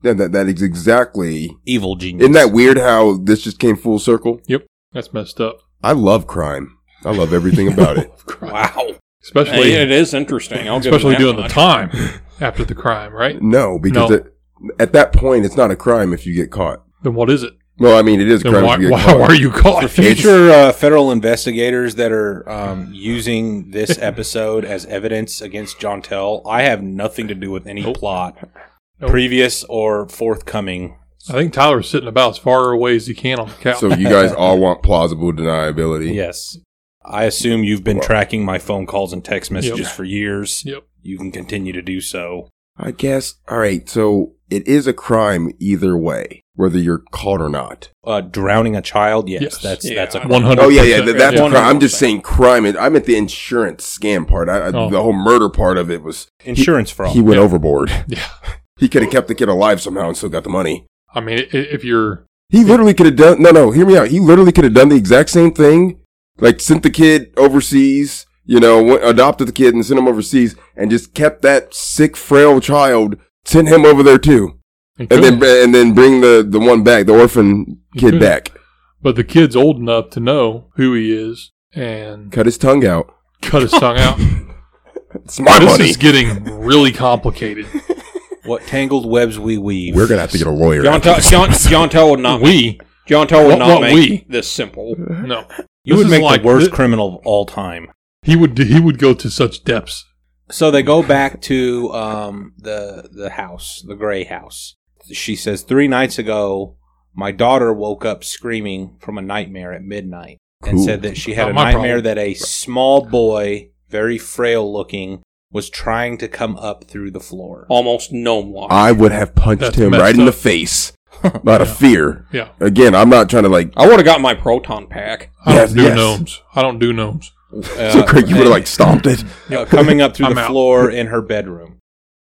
S2: that, that, that is exactly.
S1: evil genius.
S2: Isn't that weird how this just came full circle?
S4: That's messed up.
S2: I love crime. I love everything about it.
S1: Wow.
S4: Especially
S3: It is interesting. I'll give
S4: especially
S3: him that
S4: doing the
S3: much.
S4: time after the crime, right?
S2: No, because
S4: No.
S2: It, at that point, it's not a crime if you get caught.
S4: Then what is it?
S2: Well, I mean, it is a
S4: Then
S2: crime
S4: why,
S2: if you get
S4: why,
S2: caught.
S4: why are you caught?
S1: For future uh, federal investigators that are um, using this episode as evidence against John Tell, I have nothing to do with any
S4: Nope.
S1: plot,
S4: Nope.
S1: previous or forthcoming.
S4: I think Tyler's sitting about as far away as he can on the couch.
S2: So you guys all want plausible deniability.
S1: Yes. I assume you've been tracking my phone calls and text messages
S4: Yep.
S1: for years.
S4: Yep.
S1: You can continue to do so.
S2: I guess. All right. So it is a crime either way, whether you're caught or not.
S1: Uh, drowning a child, yes,
S4: Yes.
S1: that's
S3: Yeah.
S1: that's a
S4: one hundred.
S2: Oh yeah, yeah. That, that's
S4: yeah.
S2: a crime. I'm just saying crime. I meant the insurance scam part. I, I,
S4: Oh.
S2: The whole murder part of it was
S1: insurance fraud.
S2: he went
S4: Yeah.
S2: overboard.
S4: Yeah.
S2: He could have kept the kid alive somehow and still got the money.
S4: I mean, i- if you're
S2: He literally could have done. No, no. Hear me out. He literally could have done the exact same thing. Like sent the kid overseas. You know, went, adopted the kid and sent him overseas, and just kept that sick, frail child. Sent him over there too,
S4: and
S2: and
S4: could-
S2: then and then bring the the one back, the orphan
S4: You
S2: kid
S4: could.
S2: back.
S4: But the kid's old enough to know who he is and
S2: Cut his tongue out.
S4: cut his tongue out.
S2: It's my
S4: this
S2: money.
S4: is getting really complicated.
S1: What tangled webs we weave.
S2: We're gonna have to get a lawyer.
S3: John,
S2: after
S3: Tell
S2: this.
S3: John, John Tell would not.
S4: we
S3: John Tell would
S4: What- what
S3: not make
S4: we?
S3: this simple.
S4: no.
S1: you
S4: This
S1: would
S4: is
S1: make
S4: like
S1: the worst
S4: thi-
S1: criminal of all time.
S4: He would he would go to such depths.
S1: So they go back to um, the the house, the gray house. She says three nights ago, my daughter woke up screaming from a nightmare at midnight and
S2: Cool.
S1: said that she had
S4: Not
S1: a
S4: my
S1: nightmare
S4: problem.
S1: that a small boy, very frail looking, was trying to come up through the floor.
S2: Oh.
S3: Almost gnome like.
S2: I would have punched
S4: That's
S2: him
S4: messed
S2: right in the
S4: up.
S2: face out of fear.
S4: Yeah.
S2: Again, I'm not trying to like.
S3: I would have got my proton pack.
S4: I
S2: Yes,
S4: don't do
S2: yes.
S4: gnomes. I don't do gnomes.
S1: Uh,
S2: so Craig, you
S1: and,
S2: would have like stomped it.
S1: uh, coming up through
S4: I'm
S1: the
S4: out.
S1: floor in her bedroom.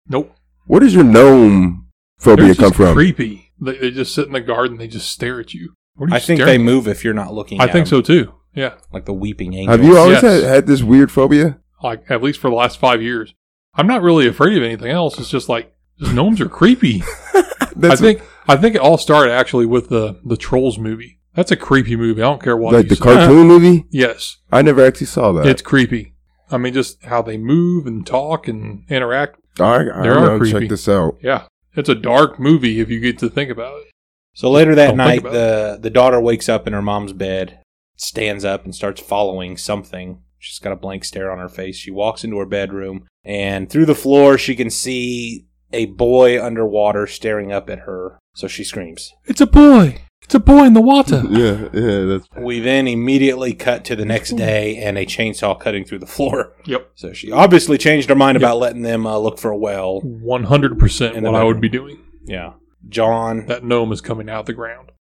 S4: Nope.
S2: Where does your gnome
S4: They're
S2: phobia
S4: just
S2: come from?
S4: creepy. They, they just sit in the garden. They just stare at you. What are you
S1: I think they
S4: staring at?
S1: move if you're not looking.
S4: I
S1: at
S4: think
S1: them,
S4: so too. Yeah.
S1: Like the weeping angel.
S2: Have you
S4: Yes.
S2: always had, had this weird phobia?
S4: Like at least for the last five years, I'm not really afraid of anything else. It's just like just gnomes are creepy. I
S2: That's
S4: think I think it all started actually with the the trolls movie. That's a creepy movie. I don't care what
S2: like
S4: you
S2: the
S4: say.
S2: cartoon movie.
S4: Yes,
S2: I never actually saw that.
S4: it's creepy. I mean, just how they move and talk and interact.
S2: I, I'm
S4: They are
S2: gonna check
S4: creepy.
S2: this out.
S4: Yeah, it's a dark movie if you get to think about it.
S1: So later that
S4: Don't think
S1: night,
S4: about
S1: the the daughter wakes up in her mom's bed, stands up and starts following something. She's got a blank stare on her face. She walks into her bedroom, and through the floor, she can see a boy underwater staring up at her. So she screams.
S4: It's a boy. It's a boy in the water.
S2: Yeah, yeah, that's
S1: We then immediately cut to the next day and a chainsaw cutting through the floor.
S4: Yep.
S1: So she obviously changed her mind about letting them uh, look for a well.
S4: One hundred percent
S1: In the
S4: what I would be doing.
S1: Yeah. John
S4: That gnome is coming out of the ground.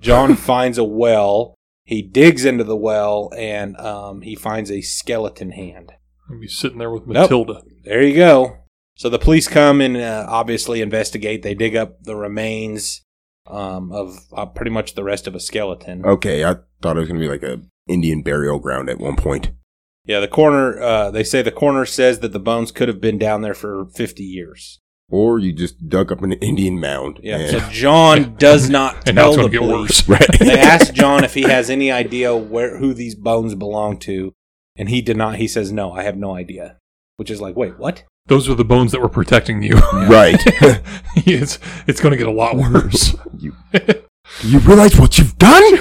S1: John finds a well. He digs into the well and um, he finds a skeleton hand.
S4: And be sitting there with
S1: Nope.
S4: Matilda.
S1: There you go. So the police come and uh, obviously investigate. They dig up the remains um, of uh, pretty much the rest of a skeleton.
S4: Oh.
S2: okay. I thought it was gonna be like a Indian burial ground at one point.
S1: Yeah, the coroner. Uh, they say the coroner says that the bones could have been down there for fifty years.
S2: Or you just dug up an Indian mound.
S1: Yeah.
S2: and-
S1: So John does not
S4: And now
S1: tell
S4: it's
S1: the
S4: going to get
S1: police.
S4: worse.
S1: they
S2: right.
S1: ask John if he has any idea where who these bones belong to, and he did not. He says, "No, I have no idea." Which is like, wait, what?
S4: Those were the bones that were protecting you.
S2: right.
S4: it's it's going to get a lot worse.
S2: you, do you realize what you've done?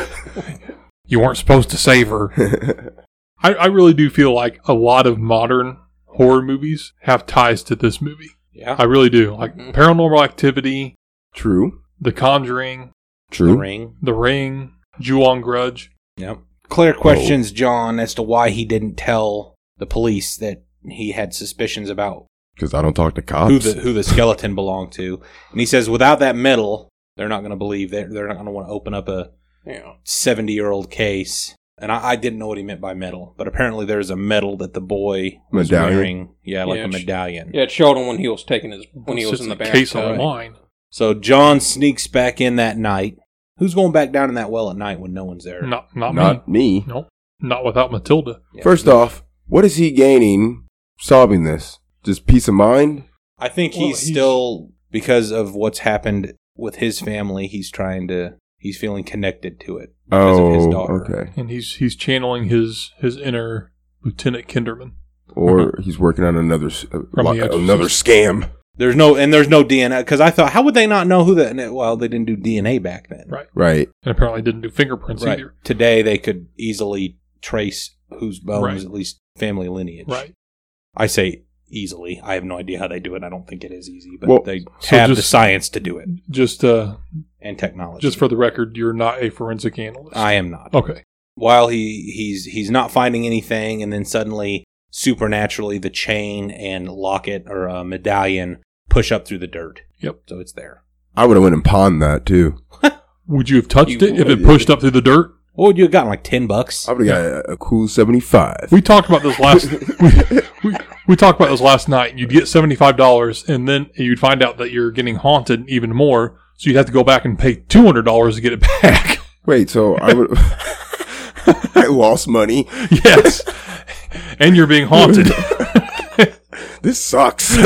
S4: You weren't supposed to save her. I, I really do feel like a lot of modern horror movies have ties to this movie.
S1: Yeah,
S4: I really do. Like Paranormal Activity,
S2: True.
S4: The Conjuring,
S1: the
S2: True.
S1: ring.
S4: The Ring, Jew on Grudge.
S1: Yep. Claire
S2: Oh.
S1: questions John as to why he didn't tell the police that he had suspicions about
S2: Because I don't talk to cops.
S1: who the who the skeleton belonged to, and he says without that medal, they're not going to believe that they're not going to want to open up a
S3: Yeah.
S1: seventy year old case. And I, I didn't know what he meant by medal, but apparently there's a medal that the boy was
S2: Medallion?
S1: wearing. Yeah, like
S3: Yeah,
S1: a
S3: it's-
S1: medallion.
S3: Yeah, it showed him when he was taking his when he
S4: It's
S3: was
S4: just
S3: in the
S4: a
S3: back.
S4: case online.
S1: So John sneaks back in that night. Who's going back down in that well at night when no one's there?
S4: Not not, me.
S2: Not me.
S4: No. Not without Matilda.
S1: Yeah.
S2: First off, what is he gaining solving this? Just peace of mind?
S1: I think
S4: Well,
S1: he's,
S4: he's-
S1: still because of what's happened with his family. He's trying to. He's feeling connected to it because of his
S2: Oh,
S1: daughter.
S2: okay.
S4: And he's he's channeling his his inner Lieutenant Kinderman.
S1: Uh-huh.
S2: Or he's working on another s- uh,
S4: From
S2: lo-
S4: the Exorcist.
S2: another scam.
S1: There's no and there's no DNA because I thought how would they not know who that? Well, they didn't do DNA back then.
S4: Right.
S2: Right.
S4: And apparently didn't do fingerprints
S1: Right.
S4: either.
S1: Today they could easily trace whose bones,
S4: Right.
S1: at least family lineage.
S4: Right.
S1: I say easily. I have no idea how they do it. I don't think it is easy, but
S2: Well,
S1: they
S4: so
S1: have the
S4: just-
S1: science to do it
S4: Just uh
S1: and technology.
S4: just for the record, you're not a forensic analyst.
S1: I am not.
S4: okay.
S1: while he he's he's not finding anything, and then suddenly supernaturally the chain and locket or uh, medallion push up through the dirt.
S4: Yep.
S1: So it's there.
S2: I would have went and pawned that too.
S4: Would you have touched
S3: You
S4: it if it
S2: would.
S4: pushed up through the dirt?
S1: What would you have gotten? Like ten bucks?
S2: I would have got a, a cool 75.
S4: We talked about this last we, we, we talked about this last night. You'd get seventy five dollars, and then you'd find out that you're getting haunted even more. So you'd have to go back and pay two hundred dollars to get it back.
S2: Wait, so I would. I lost money.
S4: yes, and you're being haunted.
S2: This sucks.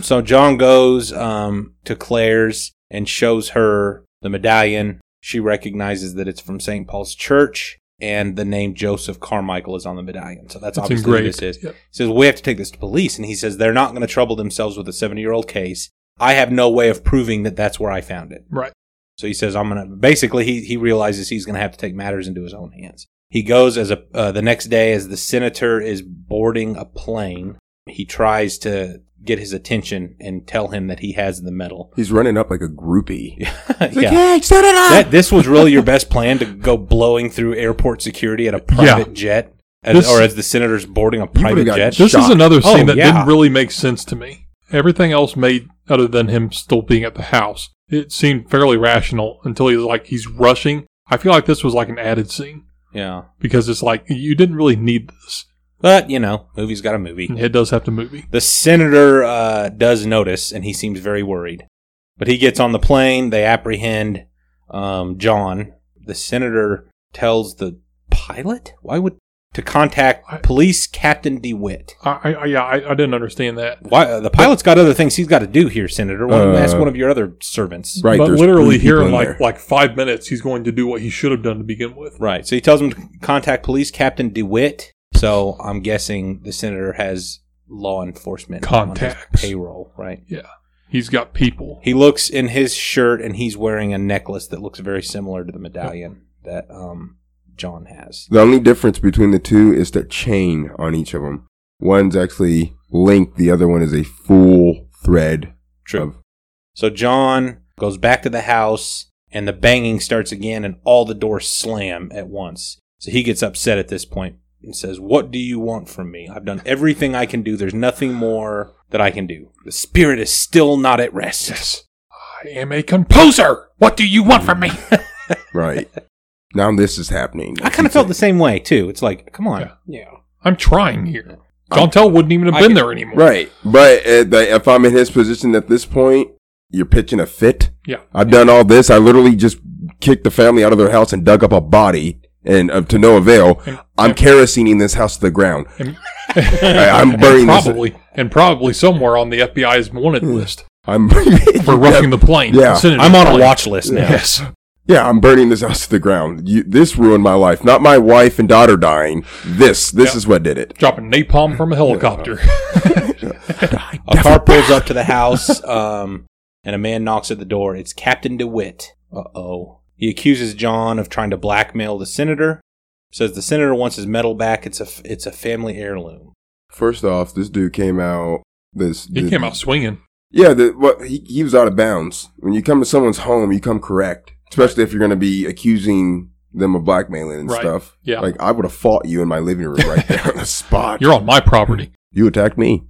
S1: So John goes um, to Claire's and shows her the medallion. She recognizes that it's from St. Paul's Church and the name Joseph Carmichael is on the medallion. So that's
S4: It's
S1: obviously what
S4: engraved.
S1: this is.
S4: Yep.
S1: He says, We have to take this to police. And he says, They're not going to trouble themselves with a 70 year old case. I have no way of proving that that's where I found it.
S4: Right.
S1: So he says, I'm going to basically, he, he realizes he's going to have to take matters into his own hands. He goes as a, uh, the next day as the senator is boarding a plane. He tries to get his attention and tell him that he has the medal.
S2: He's running up like a groupie. He's like,
S1: yeah.
S2: hey, set it up.
S1: That, this was really your best plan to go blowing through airport security at a private jet, as,
S4: This-
S1: or as the senator's boarding a
S2: would've
S1: private
S2: got
S1: jet.
S4: This is
S2: Shock.
S4: another
S1: Oh,
S4: scene that
S1: yeah.
S4: didn't really make sense to me. Everything else made other than him still being at the house. It seemed fairly rational until he's like he's rushing. I feel like this was like an added scene
S1: Yeah,
S4: because it's like you didn't really need this.
S1: but you know, movie's got a movie.
S4: And It does have to movie.
S1: The senator uh, does notice, and he seems very worried. But he gets on the plane. They apprehend um, John. The senator tells the pilot, "Why would to
S4: I-
S1: contact police captain Dewitt?
S4: I, I I- yeah, I, I didn't understand that.
S1: Why uh, the pilot's got other things he's got to do here, senator? Why don't you ask
S2: Uh,
S1: one of your other servants?"
S2: Right,
S4: but
S2: there's
S4: literally
S2: three people
S4: here in
S2: in
S4: like
S2: there.
S4: like five minutes, he's going to do what he should have done to begin with.
S1: Right. So he tells him to contact police captain DeWitt. So I'm guessing the senator has law enforcement on his
S4: Contacts.
S1: payroll, right?
S4: He's got people.
S1: He looks in his shirt and he's wearing a necklace that looks very similar to the medallion that um, John has.
S2: The only difference between the two is the chain on each of them. One's actually linked, the other one is a full thread. Of,
S1: So John goes back to the house and the banging starts again and all the doors slam at once. So he gets upset at this point and says, What do you want from me? I've done everything I can do. There's nothing more that I can do. The spirit is still not at rest.
S4: I am a composer. What do you want from me?
S2: right. now this is happening.
S1: I kind of felt the same way too. It's like, come on,
S4: Yeah.
S3: Yeah.
S4: I'm trying here. Chantel wouldn't even have
S1: I
S4: been
S1: can-
S4: there anymore.
S2: Right. But at the, if I'm in his position at this point, you're pitching a fit.
S4: Yeah.
S2: I've done all this. I literally just kicked the family out of their house and dug up a body, and uh, to no avail.
S4: And-
S2: I'm
S4: and-
S2: kerosining this house to the ground.
S4: and-
S2: I, I'm burning this.
S4: probably and probably somewhere on the FBI's wanted list
S2: I'm
S4: for roughing the plane.
S2: Yeah.
S4: Vicinity
S1: I'm on a
S4: plane.
S1: watch list now.
S4: Yes,
S2: Yeah, I'm burning this house to the ground. You, this ruined my life. Not my wife and daughter dying. This, this
S4: Yeah.
S2: is what did it.
S4: dropping napalm from a helicopter.
S1: A car pulls up to the house, um, and a man knocks at the door. It's Captain DeWitt. Uh oh. He accuses John of trying to blackmail the senator. Says the senator wants his medal back. It's a it's a family heirloom.
S2: First off, this dude came out. This
S4: he
S2: the-
S4: came out swinging.
S2: Yeah, the, what he, he was out of bounds. When you come to someone's home, you come correct, especially if you're going to be accusing them of blackmailing and
S4: Right.
S2: stuff.
S4: Yeah.
S2: like I would have fought you in my living room right there on the spot.
S4: You're on my property.
S2: you attacked me.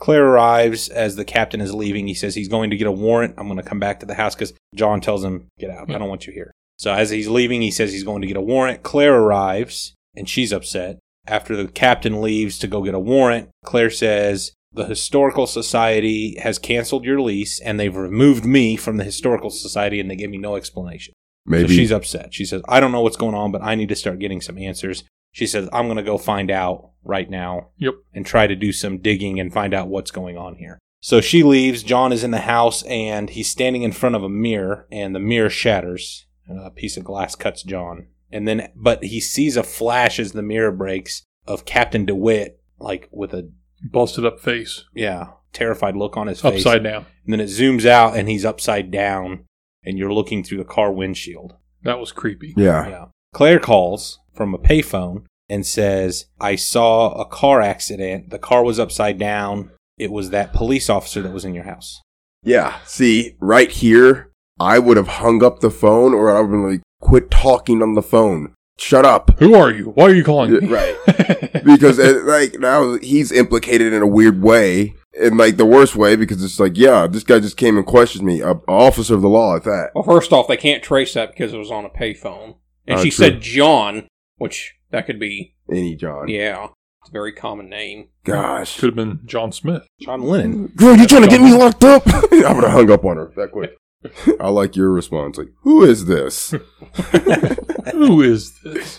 S1: Claire arrives as the captain is leaving. He says he's going to get a warrant. I'm going to come back to the house because John tells him, "Get out! I don't want you here." So as he's leaving, he says he's going to get a warrant. Claire arrives and she's upset. After the captain leaves to go get a warrant, Claire says, The Historical Society has canceled your lease and they've removed me from the Historical Society and they give me no explanation.
S2: Maybe
S1: So she's upset. She says, I don't know what's going on, but I need to start getting some answers. She says, I'm going to go find out right now
S4: Yep.
S1: and try to do some digging and find out what's going on here. So she leaves. John is in the house and he's standing in front of a mirror, and the mirror shatters. and A piece of glass cuts John. And then, but he sees a flash as the mirror breaks of Captain DeWitt, like with a,
S4: Busted up face,
S1: yeah, terrified look on his face.
S4: upside down.
S1: And then it zooms out and he's upside down, and you're looking through the car windshield.
S4: That was creepy.
S2: yeah.
S1: Yeah. Uh, Claire calls from a payphone and says, I saw a car accident. The car was upside down. It was that police officer that was in your house.
S2: Yeah. See, right here, I would have hung up the phone or I would have been like, quit talking on the phone. Shut up.
S4: Who are you? Why are you calling me?
S2: Yeah, right. Because, uh, like, now he's implicated in a weird way, in like the worst way, because it's like, yeah, this guy just came and questioned me, a a officer of the law at that.
S3: Well, first off, they can't trace that because it was on a payphone. And
S4: Uh,
S2: Oh,
S3: she
S2: true.
S3: said John, which that could be,
S2: Any John.
S3: yeah, it's a very common name.
S2: Gosh.
S4: Could have been John Smith.
S1: John Lennon.
S2: Girl, you trying to get me locked up? I would have hung up on her that quick. I like your response. Like, who is this?
S4: Who is this?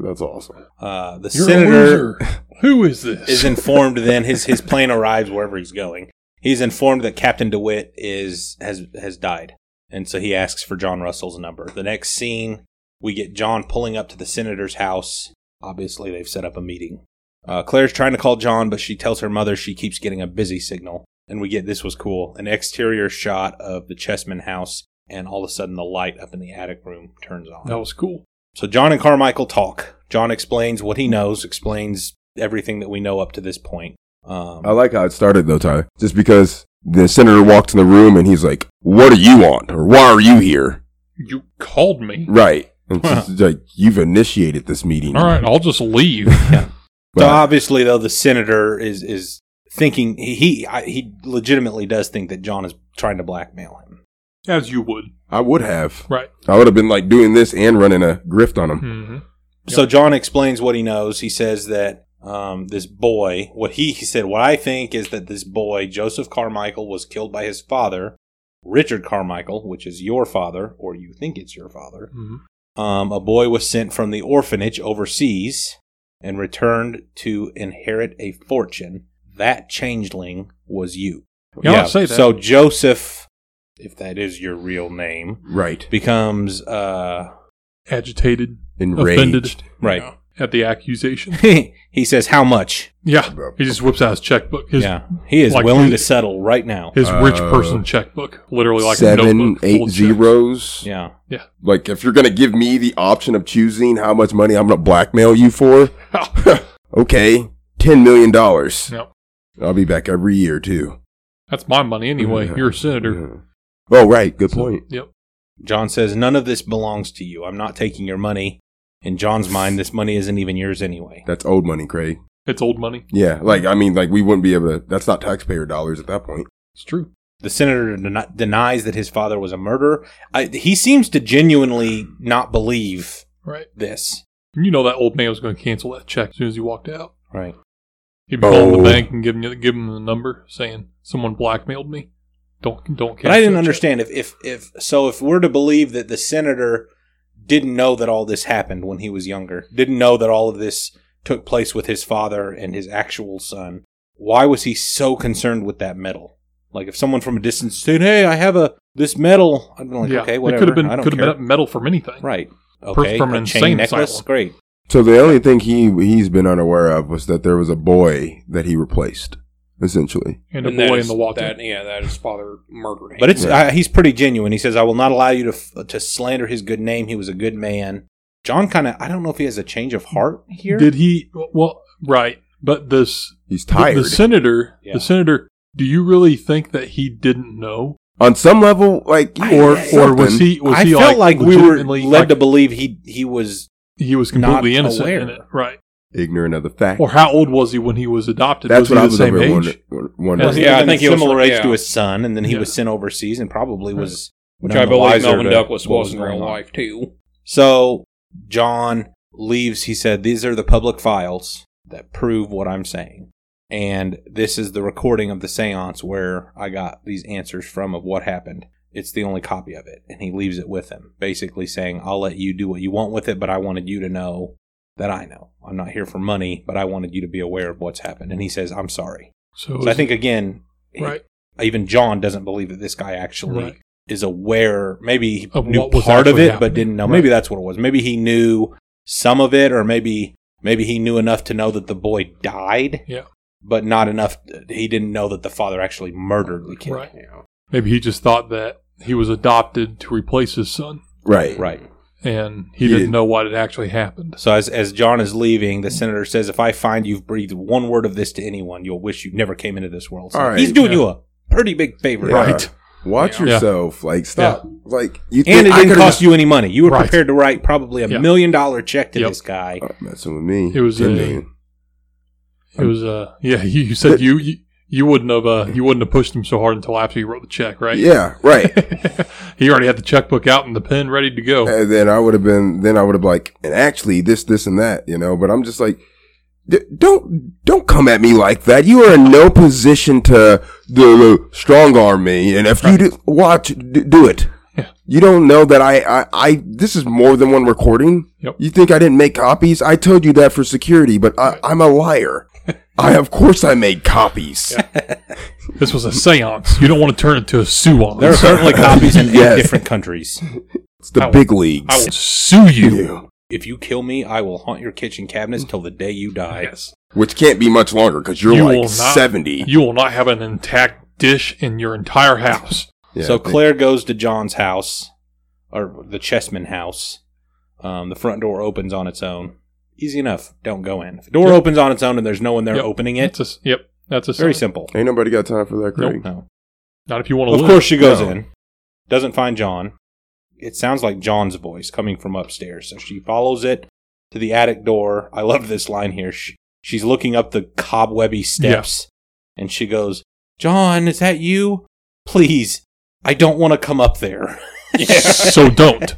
S2: That's awesome.
S1: Uh, the
S4: You're a
S1: senator
S4: loser. Who is this?
S1: is informed then his, his plane arrives wherever he's going. He's informed that Captain DeWitt is has has died. And so he asks for John Russell's number. The next scene, we get John pulling up to the senator's house. Obviously, they've set up a meeting. Uh, Claire's trying to call John, but she tells her mother she keeps getting a busy signal. And we get this was cool an exterior shot of the Chessman house, and all of a sudden the light up in the attic room turns on.
S4: That was cool.
S1: So John and Carmichael talk. John explains what he knows, explains everything that we know up to this point. Um,
S2: I like how it started though, Tyler. Just because the senator walked in the room and he's like, "What are you on? Or why are you here?"
S4: You called me.
S2: Right. And it's just like you've initiated this meeting.
S4: All right, I'll just leave.
S1: So
S2: But-
S1: obviously, though, the senator is is thinking he he, I, he legitimately does think that John is trying to blackmail him.
S4: As you would.
S2: I would have.
S4: Right.
S2: I would have been like doing this and running a grift on him.
S4: hmm
S1: So John explains what he knows. He says that um, this boy, what he, he said, what I think is that this boy Joseph Carmichael was killed by his father, Richard Carmichael, which is your father, or you think it's your father.
S4: hmm
S1: Um, a boy was sent from the orphanage overseas and returned to inherit a fortune. That changeling was you.
S4: Yeah, I'll say that.
S1: So Joseph, if that is your real name,
S4: Hmm.
S2: Right.
S1: becomes uh
S4: Agitated,
S2: Enraged.
S4: offended
S1: right.
S4: yeah, at the accusation.
S1: he says how much?
S4: Yeah, he just whips out his checkbook. His,
S1: yeah. He is
S4: like
S1: willing
S4: his-
S1: to settle right now.
S4: his rich
S2: Uh,
S4: person checkbook, literally like a
S2: Seven,
S4: notebook full
S2: eight
S4: of checks.
S2: zeros.
S1: yeah.
S2: Like if you're gonna give me the option of choosing how much money I'm gonna blackmail you for, okay, ten million dollars.
S4: No.
S2: I'll be back every year too.
S4: That's my money anyway.
S2: Yeah.
S4: You're a senator.
S2: Oh right, good
S4: So,
S2: point.
S4: Yep.
S1: John says none of this belongs to you. I'm not taking your money. In John's mind, this money isn't even yours anyway.
S2: That's old money, Craig.
S4: It's old money.
S2: Yeah, like I mean, like we wouldn't be able to. That's not taxpayer dollars at that point.
S4: It's true.
S1: the senator den- denies that his father was a murderer. I, he seems to genuinely not believe
S4: Right.
S1: this.
S4: And you know that old man was going to cancel that check as soon as he walked out.
S1: Right.
S4: He'd be calling
S2: Oh.
S4: the bank and giving give him the number, saying someone blackmailed me. Don't don't.
S1: But I
S4: cancel
S1: didn't
S4: that
S1: understand if, if if so if we're to believe that the senator didn't know that all this happened when he was younger, didn't know that all of this took place with his father and his actual son, why was he so concerned with that medal? Like if someone from a distance said, "Hey, I have a this medal," I'd be
S4: check.
S1: like,
S4: yeah,
S1: "Okay,
S4: it
S1: whatever."
S4: could have been
S1: I don't
S4: could
S1: care.
S4: have been metal from anything.
S1: right. Okay,
S4: from
S1: a
S4: an
S1: chain
S4: insane
S1: necklace,
S4: asylum.
S1: great.
S2: So the only thing he he's been unaware of was that there was a boy that he replaced, essentially.
S4: And a
S3: that
S4: boy
S3: is-
S4: in the walk.
S3: That, yeah, that his father murdered him.
S1: But it's
S2: Right.
S1: uh, he's pretty genuine. He says, "I will not allow you to f- to slander his good name. He was a good man." John kind of I don't know if he has a change of heart here.
S4: Did he? Well, right. But this
S2: He's
S4: the-
S2: tired.
S4: The, senator.
S1: Yeah.
S4: The senator. Do you really think that he didn't know,
S2: On some level, like
S1: I-
S2: or
S4: or was he? Was
S1: I
S4: he
S1: felt like, we were led
S4: legitimately,
S1: to believe he he was
S4: he was
S1: not
S4: completely innocent
S1: aware.
S4: in it, right?
S2: ignorant of the fact?
S4: Or how old was he when he was adopted?
S2: That's
S4: was
S2: what
S4: he
S2: I was
S4: the same
S2: over
S4: age?
S2: wonder- wonder- wondering.
S1: was
S3: Yeah, I
S1: even
S3: think he was-
S1: similar age
S3: yeah.
S1: to his son, and then he
S4: Yeah.
S1: was sent overseas and probably was
S3: which
S1: none
S3: I
S1: the
S3: believe
S1: wiser
S3: Melvin
S1: to
S3: Douglas
S1: what
S3: was in
S1: going
S3: real
S1: on.
S3: life too.
S1: So John leaves. He said, These are the public files that prove what I'm saying. And this is the recording of the seance where I got these answers from of what happened. It's the only copy of it. And he leaves it with him, basically saying, I'll let you do what you want with it, but I wanted you to know that I know. I'm not here for money, but I wanted you to be aware of what's happened. And he says, I'm sorry.
S4: So,
S1: So I think, again,
S4: right.
S1: even John doesn't believe that this guy actually
S4: Right.
S1: is aware. Maybe he
S4: Of
S1: knew
S4: what was
S1: part of
S4: actually
S1: it,
S4: happening.
S1: but didn't know.
S4: Right.
S1: Maybe that's what it was. Maybe he knew some of it, or maybe maybe he knew enough to know that the boy died.
S4: Yeah.
S1: But not enough. He didn't know that the father actually murdered the kid.
S4: Right. Maybe he just thought that he was adopted to replace his son,
S2: right.
S1: Right.
S4: and he
S2: He
S4: didn't
S2: didn't-
S4: know what had actually happened.
S1: So as as John is leaving, the senator says, "If I find you've breathed one word of this to anyone, you'll wish you never came into this world." So
S2: All right.
S1: he's doing
S4: Yeah.
S1: you a pretty big favor.
S2: Yeah.
S4: Right.
S2: Watch
S4: Yeah.
S2: yourself. Like stop. Like you.
S1: And it
S2: I
S1: didn't
S2: could've
S1: cost you any money. You were
S4: Right.
S1: prepared to write probably a
S4: Yeah.
S1: million dollar check to
S4: Yep.
S1: this guy.
S2: just- Oh, messing with me.
S4: It was
S2: Ten
S4: a-
S2: million.
S4: It was uh yeah. You, you said you, you you wouldn't have uh you wouldn't have pushed him so hard until after you wrote the check, right?
S2: Yeah. Right.
S4: he already had the checkbook out and the pen ready to go.
S2: and then I would have been. Then I would have like. And actually, this, this, and that. You know. But I'm just like. D- don't don't come at me like that. You are in no position to the strong arm me, and if you do, watch d- do it.
S4: Yeah.
S2: You don't know that I, I I this is more than one recording.
S4: Yep.
S2: You think I didn't make copies? I told you that for security, but I, I'm a liar. I of course I made copies.
S4: This was a seance. You don't want to turn it to a seance.
S1: There are certainly copies in eight
S2: Yes.
S1: different countries.
S2: It's the
S4: I will-
S2: big
S4: I
S2: leagues.
S4: will sue you.
S2: Yeah.
S1: If you kill me, I will haunt your kitchen cabinets till the day you die.
S4: Yes.
S2: Which can't be much longer because you're
S4: You will
S2: like
S4: not-
S2: seventy.
S4: You will not have an intact dish in your entire house.
S2: Yeah,
S1: so
S2: they-
S1: Claire goes to John's house, or the Chessman house. Um, the front door opens on its own. Easy enough. Don't go in. If the door
S4: Yep.
S1: opens on its own and there's no one there
S4: Yep.
S1: opening it,
S4: That's a, s- yep. That's a
S1: very
S4: sign.
S1: simple.
S2: Ain't nobody got time for that, Craig.
S1: No.
S4: Not if you want to.
S1: Of
S4: live.
S1: course she goes
S2: No.
S1: in. Doesn't find John. It sounds like John's voice coming from upstairs. So she follows it to the attic door. I love this line here. She, she's looking up the cobwebby steps and she goes, John, is that you? Please, I don't want to come up there.
S4: so don't.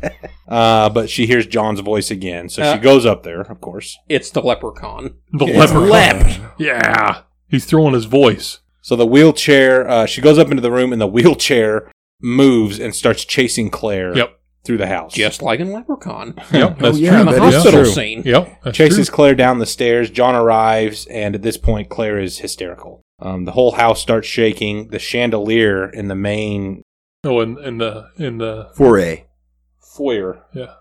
S1: Uh, but she hears John's voice again. So
S3: Uh,
S1: she goes up there, of course.
S3: It's the leprechaun.
S4: The
S2: It's
S4: leper.
S2: lep.
S4: Yeah. He's throwing his voice.
S1: So the wheelchair, uh, she goes up into the room and the wheelchair moves and starts chasing Claire
S4: Yep.
S1: through the house.
S3: Just like in Leprechaun.
S4: Yep. That's
S2: yeah,
S4: true.
S3: Oh, in the
S2: that is
S3: hospital
S1: true.
S3: scene.
S4: Yep. That's
S1: chases
S4: true.
S1: Claire down the stairs. John arrives, and at this point, Claire is hysterical. Um, the whole house starts shaking. The chandelier in the main
S4: Oh, in, in the in the
S2: Foray.
S1: foyer
S4: yeah.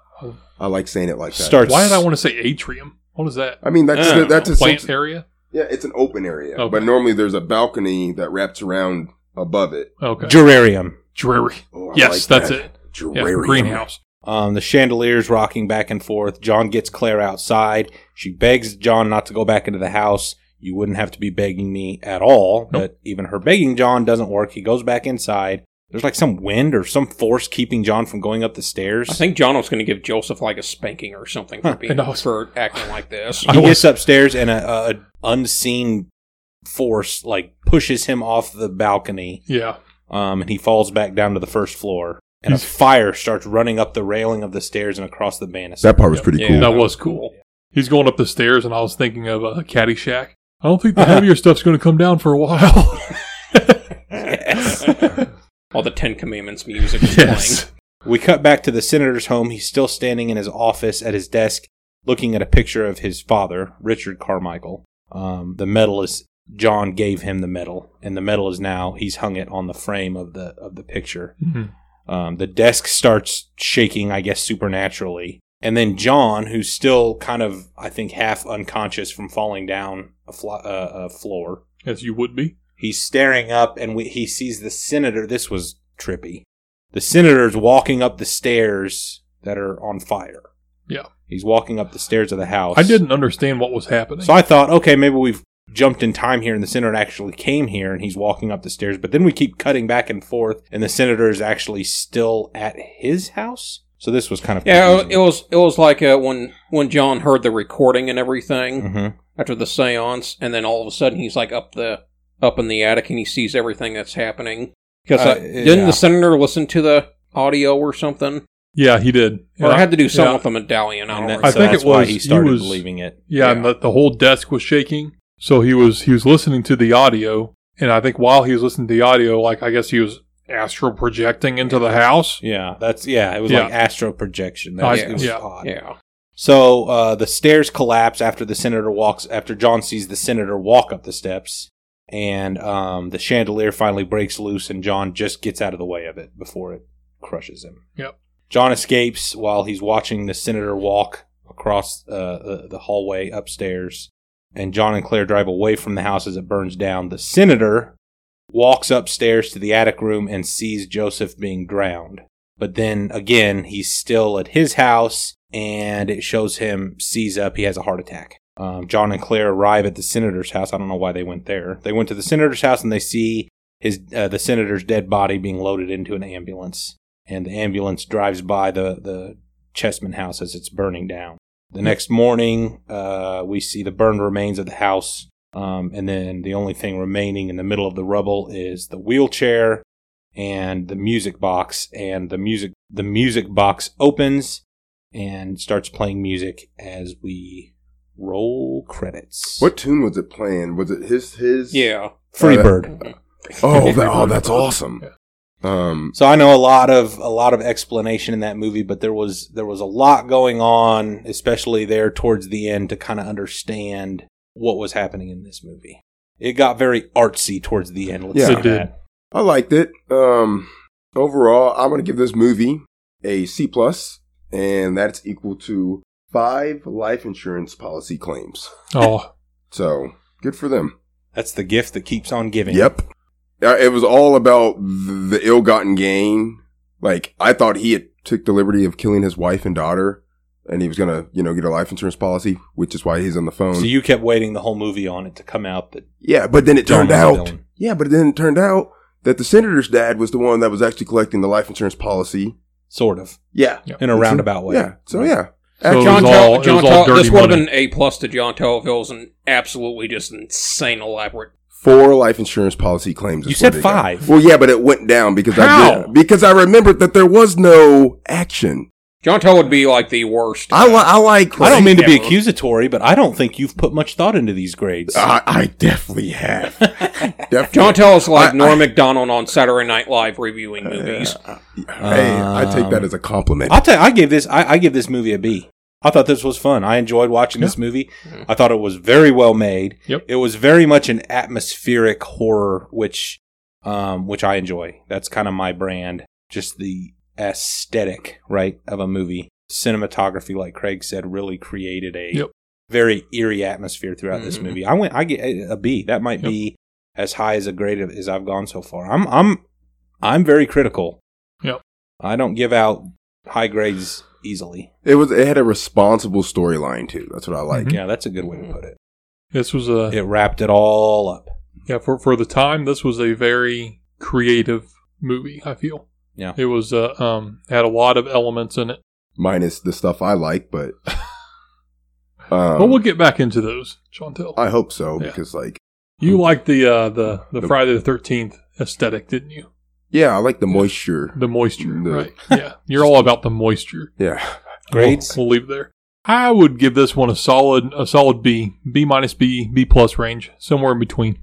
S2: I like saying it like that.
S1: starts.
S4: Why did I want to say atrium? What is that?
S2: I mean, that's
S1: Uh,
S2: that's a
S4: Ah, Plant area.
S2: yeah, it's an open area,
S4: Okay.
S2: but normally there's a balcony that wraps around above it.
S4: Okay.
S1: Gerarium.
S4: Dreary.
S2: Oh, I
S4: Yes,
S2: like
S4: that's
S2: that.
S4: it. Yeah,
S2: Geranium.
S4: greenhouse.
S1: Um, the chandelier's rocking back and forth. John gets Claire outside. She begs John not to go back into the house. You wouldn't have to be begging me at all. But even her begging John doesn't work. He goes back inside. There's like some wind or some force keeping John from going up the stairs.
S3: I think John was going to give Joseph like a spanking or something for, being,
S4: And also-
S3: for acting like this.
S1: he gets upstairs and a, a unseen force like pushes him off the balcony
S4: Yeah.
S1: um, and he falls back down to the first floor and
S4: He's-
S1: a fire starts running up the railing of the stairs and across the banister
S2: That part was pretty
S3: Yeah.
S2: cool.
S4: That was cool. He's going up the stairs, and I was thinking of a caddy shack. I don't think the
S3: Uh-huh.
S4: heavier stuff's going to come down for a while.
S1: Yes.
S3: All the Ten Commandments music is
S4: yes.
S1: we cut back to the senator's home he's still standing in his office at his desk looking at a picture of his father richard carmichael um, the medal is john gave him the medal and the medal is now he's hung it on the frame of the of the picture
S4: Mhm.
S1: Um, the desk starts shaking, I guess, supernaturally. And then John, who's still kind of, I think, half unconscious from falling down a, flo- uh, a floor,
S4: As you would be.
S1: he's staring up and we- he sees the senator. This was trippy. The senator's walking up the stairs that are on fire.
S4: Yeah.
S1: He's walking up the stairs of the house.
S4: I didn't understand what was happening.
S1: So I thought, okay, maybe we've jumped in time here and the senator actually came here and he's walking up the stairs. But then we keep cutting back and forth and the senator is actually still at his house. So this was kind of
S3: Yeah, it, it was it was like uh, when when John heard the recording and everything
S4: Mm-hmm.
S1: Mm-hmm.
S3: after the séance, and then all of a sudden he's like up the up in the attic and he sees everything that's happening. Because
S1: Uh,
S3: didn't
S1: yeah.
S3: the senator listen to the audio or something,
S4: yeah, he did.
S3: or
S4: And
S3: I had to do something
S4: yeah.
S3: with a medallion? I don't
S1: I
S3: remember.
S1: think that's it was why
S4: he
S1: he started
S4: was-
S1: believing it.
S4: Yeah, and the, the whole desk was shaking. So he was he was listening to the audio, and I think while he was listening to the audio, like I guess he was astral projecting into the house.
S1: Yeah, that's yeah. It was
S4: Yeah.
S1: like astro projection. That
S4: I-
S1: was, it was
S4: yeah.
S1: odd.
S3: Yeah,
S1: So uh, the stairs collapse after the senator walks. After John sees the senator walk up the steps, and um, the chandelier finally breaks loose, and John just gets out of the way of it before it crushes him.
S4: Yep.
S1: John escapes while he's watching the senator walk across uh, the, the hallway upstairs, and John and Claire drive away from the house as it burns down. The senator walks upstairs to the attic room and sees Joseph being drowned. But then again, he's still at his house, and it shows him seize up. He has a heart attack. Um, John and Claire arrive at the senator's house. I don't know why they went there. They went to the senator's house and they see his uh, the senator's dead body being loaded into an ambulance, and the ambulance drives by the the Chessman house as it's burning down. The next morning, uh, we see the burned remains of the house, um, and then the only thing remaining in the middle of the rubble is the wheelchair and the music box and the music the music box opens and starts playing music as we roll credits.
S2: What tune was it playing? Was it his his?
S3: yeah.
S1: Freebird.
S2: Oh, that, oh, that's awesome. Um,
S1: So I know a lot of a lot of explanation in that movie, but there was there was a lot going on, especially there towards the end, to kind of understand what was happening in this movie. It got very artsy towards the end. Let's
S2: Yeah.
S1: say
S4: It did.
S1: that.
S2: I liked it. Um, overall, I'm going to give this movie a C plus, and that's equal to five life insurance policy claims.
S4: Oh,
S2: So good for them.
S1: That's the gift that keeps on giving.
S2: Yep. Uh, It was all about th- the ill-gotten gain. Like I thought he had took the liberty of killing his wife and daughter, and he was gonna, you know, get a life insurance policy, which is why he's on the phone.
S1: So you kept waiting the whole movie on it to come out that
S2: yeah, but then it
S1: John
S2: turned
S1: was the
S2: out.
S1: villain.
S2: Yeah, but then it turned out that the senator's dad was the one that was actually collecting the life insurance policy.
S1: sort of
S2: Yeah,
S1: in a roundabout way.
S2: Yeah. So
S4: So
S2: yeah,
S4: it
S2: Actually,
S4: was
S3: John,
S4: all-
S3: Tel-
S4: it was
S3: John
S4: all
S3: Tel-
S4: dirty
S3: this would have
S4: money.
S3: been a plus to John Televille's an absolutely just insane elaborate.
S2: four life insurance policy claims. is
S1: You said
S2: what they got.
S1: five.
S2: Well, yeah, but it went down because I
S4: How?
S2: did, because I remembered that there was no action.
S3: John Tell would be like the worst.
S2: I li- I like.
S1: I don't mean to be
S3: Ever.
S1: accusatory, but I don't think you've put much thought into these grades.
S2: I, I definitely have. definitely.
S3: John Tell is like
S2: I-
S3: Norm Macdonald on Saturday Night Live reviewing movies.
S2: Yeah. Hey, I take that as a compliment.
S1: I'll tell you, I gave this I, I give this movie a B. I thought this was fun. I enjoyed watching this movie. I thought it was very well made.
S4: Yep.
S1: It was very much an atmospheric horror, which um which I enjoy. That's kind of my brand. Just the aesthetic, right, of a movie. Cinematography, like Craig said, really created a
S4: Yep.
S1: very eerie atmosphere throughout this
S3: Mhm.
S1: movie. I went I get a B. That might
S4: Yep.
S1: be as high as a grade as I've gone so far. I'm I'm I'm very critical.
S4: Yep.
S1: I don't give out high grades easily.
S2: it was it had a responsible storyline too. That's what I like.
S4: Mm-hmm.
S1: Yeah, that's a good way to put it.
S4: this was a
S1: It wrapped it all up.
S4: yeah for for the time. This was a very creative movie. I feel.
S1: Yeah.
S4: It was uh, um had a lot of elements in it,
S2: Minus the stuff I like, but um,
S4: but we'll get back into those. Chantel,
S2: I hope so
S4: Yeah.
S2: because like
S4: you liked the uh the the
S2: The-
S4: Friday the Thirteenth aesthetic, didn't you?
S2: yeah, I like the moisture.
S4: The moisture,
S2: The-
S4: right? Yeah, you're all about the moisture.
S2: Yeah,
S1: Grades?
S4: We'll, we'll leave it there. I would give this one a solid a solid B, B minus B, B plus range, somewhere in between.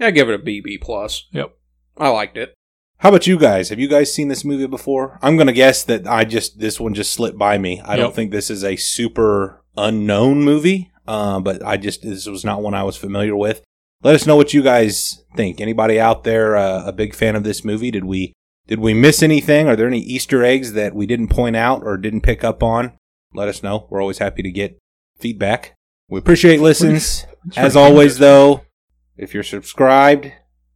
S3: I give it a BB plus.
S4: Yep.
S3: I liked it.
S1: How about you guys? Have you guys seen this movie before? I'm gonna guess that I just this one just slipped by me. I don't
S4: Yep.
S1: think this is a super unknown movie, uh, but I just this was not one I was familiar with. Let us know what you guys think. Anybody out there uh, a big fan of this movie? Did we did we miss anything? Are there any Easter eggs that we didn't point out or didn't pick up on? Let us know. We're always happy to get feedback. We appreciate listens. As always, though, if you're subscribed,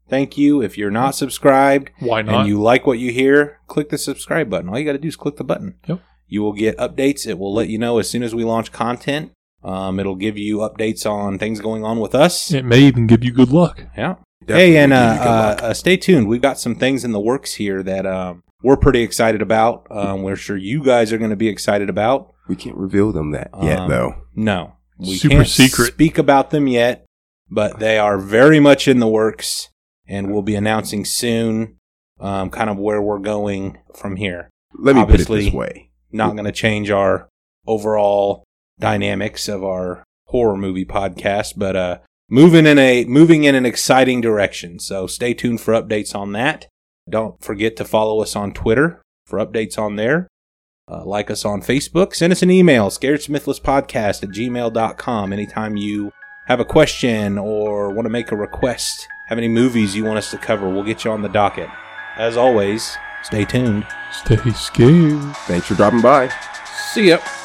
S1: thank you. If you're not subscribed
S4: why
S1: and
S4: not?
S1: you like what you hear, click the subscribe button. All you got to do is click the button.
S4: Yep.
S1: You will get updates. It will let you know as soon as we launch content. Um, it'll give you updates on things going on with us.
S4: it may even give you good luck.
S1: Yeah.
S2: Definitely
S1: hey, and uh,
S2: give you good
S1: uh,
S2: luck.
S1: uh, stay tuned. We've got some things in the works here that um, we're pretty excited about. Um, we're sure you guys are going to be excited about.
S2: we can't reveal them that yet
S1: Um,
S2: though.
S1: No, we
S4: Super
S1: can't
S4: secret.
S1: speak about them yet, but they are very much in the works, and we'll be announcing soon. Um, kind of where we're going from here.
S2: Let me put it
S1: obviously-
S2: this way:
S1: Not going to change our overall dynamics of our horror movie podcast, but uh, moving in a moving in an exciting direction. So stay tuned for updates on that. Don't forget to follow us on Twitter for updates on there. Uh, like us on Facebook. Send us an email, scaredsmithlesspodcast at gmail.com. Anytime you have a question or want to make a request, have any movies you want us to cover, we'll get you on the docket. As always, stay tuned.
S4: Stay scared.
S2: Thanks for dropping by.
S3: See ya.